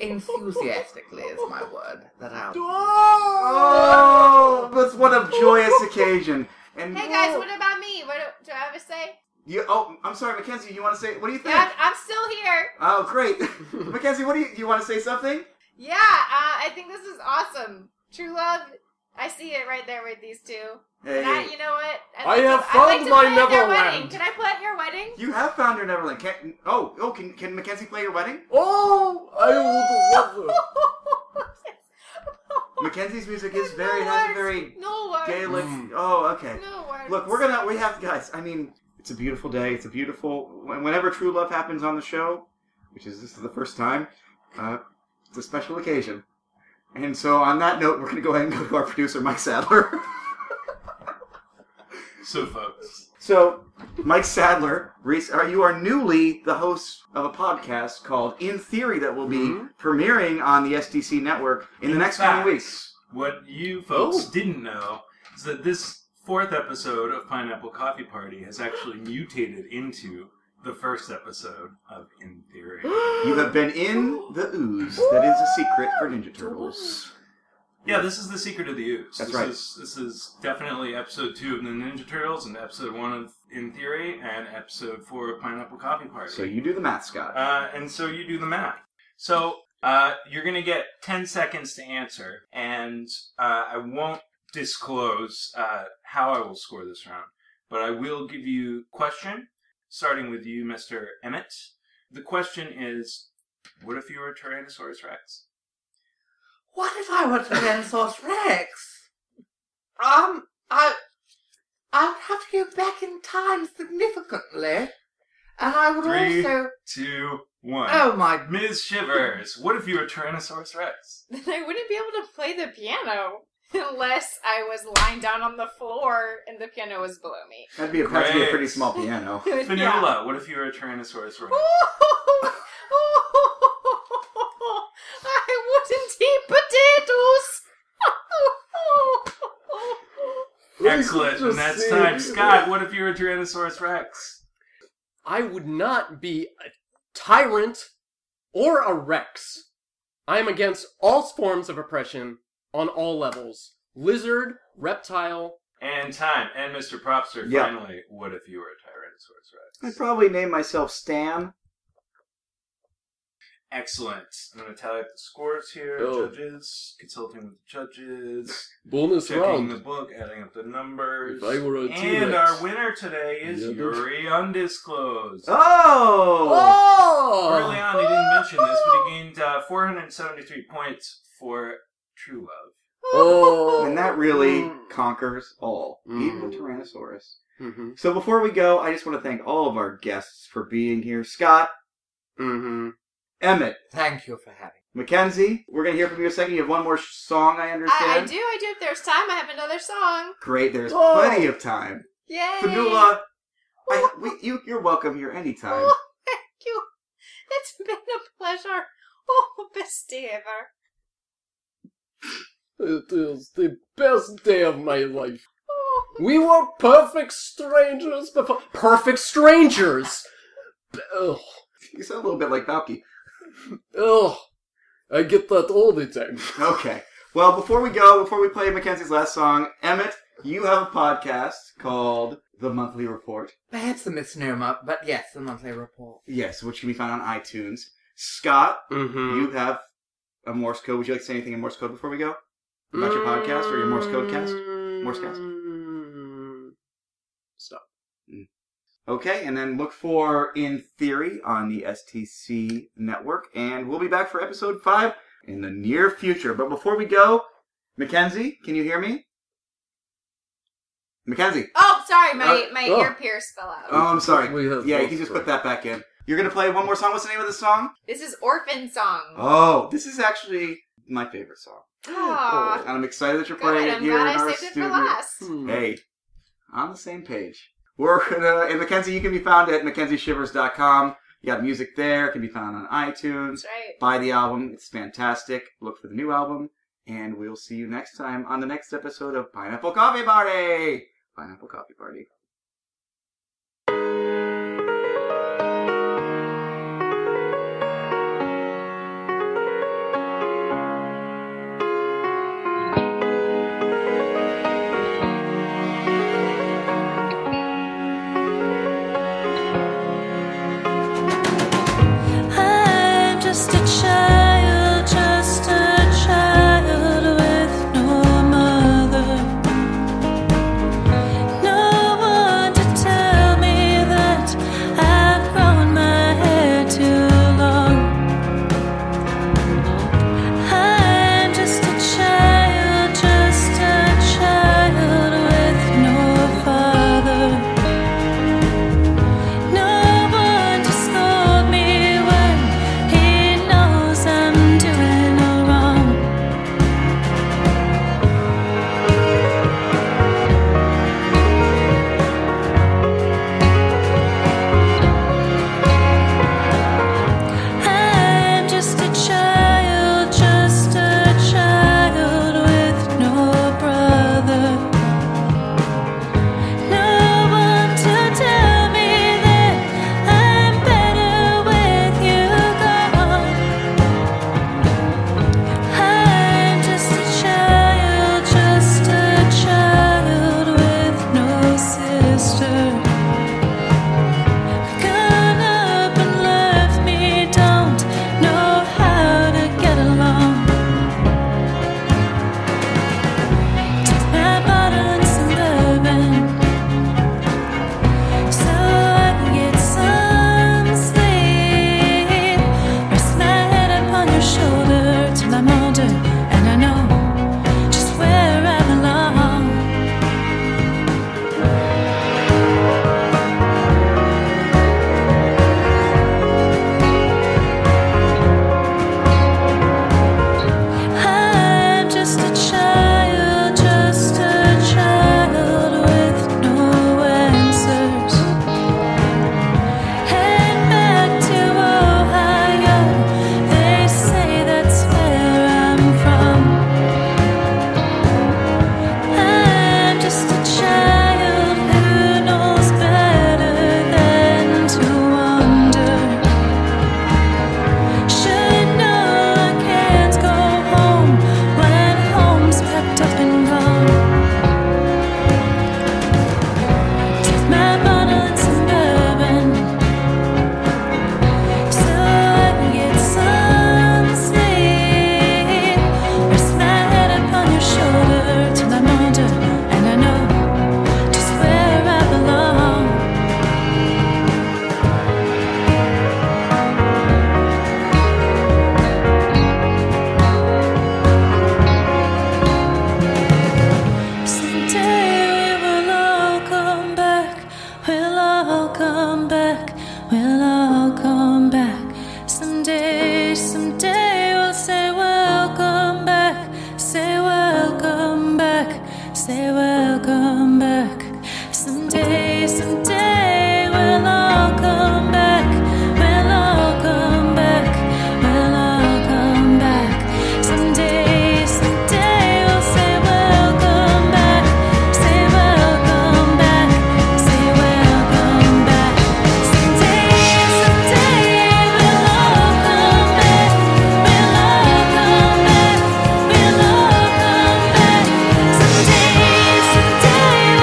Enthusiastically is my word that I. Oh, that's what a joyous occasion. And Hey guys, what about me? What do, do I have to say? you, oh, I'm sorry, Mackenzie. You want to say? What do you think? Yeah, I'm still here. Oh, great, Mackenzie. What do you? You want to say something? Yeah, uh, I think this is awesome. True love, I see it right there with these two. Hey, And I, you know what? I'd I like to- have I'd like found to my play at their Neverland. wedding. Can I play at your wedding? you have found your Neverland. Can, oh, oh, can can Mackenzie play your wedding? Oh, I would love it. Mackenzie's music is No very has a words. very No words. Gaelic. Mm. Oh, okay. No words. Look, we're gonna we have guys. I mean, it's a beautiful day. It's a beautiful. when- Whenever true love happens on the show, which is this is the first time, uh, it's a special occasion. And so on that note, we're gonna go ahead and go to our producer, Mike Sadler. So, folks, so, Mike Sadler, Reese, are you are newly the host of a podcast called In Theory that will be Mhm. premiering on the SDC network in, the In next fact. coming weeks. what you folks Oh. didn't know is that this fourth episode of Pineapple Coffee Party has actually mutated into the first episode of In Theory. You have been in the ooze that is a secret for Ninja Turtles. Yeah, this is the secret of the ooze. That's this right. Is, this is definitely episode two of the Ninja Turtles and episode one of In Theory and episode four of Pineapple Coffee Party. So you do the math, Scott. Uh, and so you do the math. So uh, you're going to get 10 seconds to answer, and uh, I won't disclose uh, how I will score this round, but I will give you question, starting with you, Mr. Emmett. The question is, what if you were a Tyrannosaurus Rex? What if I were Tyrannosaurus Rex? Um, I, I would have to go back in time significantly, and I would Three. also. Two, one. Oh my Ms. Shivers, what if you were a Tyrannosaurus Rex? Then I wouldn't be able to play the piano unless I was lying down on the floor and the piano was below me. That'd be a, that'd be a Great. pretty small piano. Yeah. Vanilla, what if you were a Tyrannosaurus Rex? I wouldn't eat potatoes. Excellent, and that's time. Scott, what if you were a Tyrannosaurus Rex? I would not be a tyrant or a rex. I am against all forms of oppression on all levels. Lizard, reptile. And time. And Mr. Propster, Yeah. finally, what if you were a Tyrannosaurus I'd Rex? probably name myself Stan. Excellent. I'm going to tally up the scores here. Oh. Judges, consulting with the judges, Bonus checking the round. book, adding up the numbers. If I were a and T-Rex. our winner today is Yeah, but- Yuri Undisclosed. Oh! Oh! Early on, he didn't mention this, but he gained uh, 473 points for True Love. Oh. And that really Mm. conquers all, even Mm. the Tyrannosaurus. Mm-hmm. So before we go, I just want to thank all of our guests for being here. Scott, Mm-hmm. Emmett, Thank you for having Mackenzie, we're going to hear from you in a second. You have one more sh- song, I I, I understand. do, I do. If there's time, I have another song. Great, there's Oh. plenty of time. Yay! Fanula, I, we, you, you're welcome here anytime. Oh, thank you. It's been a pleasure. Oh, best day ever. It is the best day of my life. Oh, We were perfect strangers before. Perfect strangers! Ugh. You sound a little bit like Balky. Ugh. I get that all the time. Okay. Well, before we go, before we play Mackenzie's last song, Emmett, you have a podcast called The Monthly Report. Perhaps a misnomer, but yes, the monthly report. Yes, which can be found on iTunes. Scott, Mm-hmm. you have a Morse code. Would you like to say anything in Morse code before we go? About your podcast or your Morse code cast? Morse cast? Mm, Stop. Okay, and then look for In Theory on the STC network, and we'll be back for episode five in the near future. But before we go, Mackenzie, can you hear me? Mackenzie. Oh, sorry, my, my oh. ear pierce fell out. Oh, I'm sorry. We have Yeah, you both can just for- put that back in. You're gonna play one more song. What's the name of the song? This is orphan song. Oh, this is actually my favorite song, Aw, Oh. and I'm excited that you're good. playing it I'm here in glad our I saved it for studio. last. Hmm. Hey, on the same page. We're gonna, and Mackenzie, you can be found at mackenzieshivers.com. You got music there. It can be found on iTunes. That's right. Buy the album. It's fantastic. Look for the new album. And we'll see you next time on the next episode of Pineapple Coffee Party. Pineapple Coffee Party. I'm just a child, just a child with no mother. No one to tell me that I've grown my hair too long. I'm just a child, just a child with no father. No one to scold me when he knows I'm doing no wrong. I'm just a child, just a child with no brother. No one to tell me that I'm better with you gone. I'm just a child, just a child with no sister. Gone up and left me, don't know how to get along. Took my bottle and some bourbon. So I can get some sleep. Rest my head upon your shoulder till I'm older and I know just where I belong. I'm just a child, just a child with no answers. Head back to Ohio. They say that's where I'm from. I'm just a child who knows better than to wander. Should know I can't go home when home's packed up and gone. Take my bottle and some bourbon, so I can get some sleep. Rest my head upon your shoulder till I'm older and I know just where I belong. Someday we will all come back. We'll all come back. We'll all come back. Someday, someday we'll say welcome back. Say welcome back. Say welcome back. Someday, someday we'll all come back. We'll all come back. We'll all come back. Someday, someday we'll say welcome back. Say welcome back. Say welcome back. Someday, someday we'll all come back. We'll all come back. We'll all come back. Someday.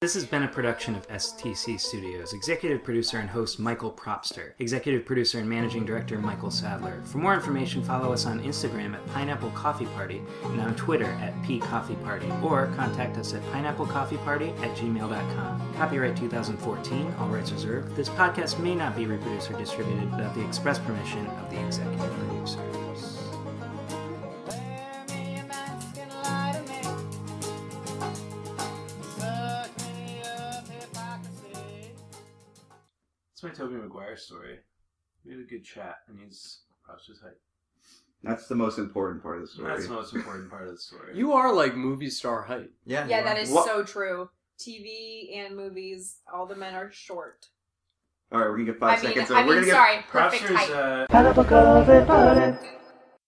This has been a production of STC Studios. Executive producer and host Michael Propster. Executive producer and managing director Michael Sadler. For more information, follow us on Instagram at Pineapple Coffee Party and on Twitter at P Coffee Party or contact us at pineapplecoffeeparty at gmail.com. Copyright 2014, all rights reserved. This podcast may not be reproduced or distributed without the express permission of the executive producers. It's my Toby Maguire story. We had a good chat, and he's props his height. That's the most important part of the story. That's the most important part of the story. You are like movie star height. yeah, Yeah, that is What- so true. TV and movies, all the men are short. All right, we're gonna get five I mean, seconds. I we're mean, gonna uh, sorry, Props perfect is, height. uh,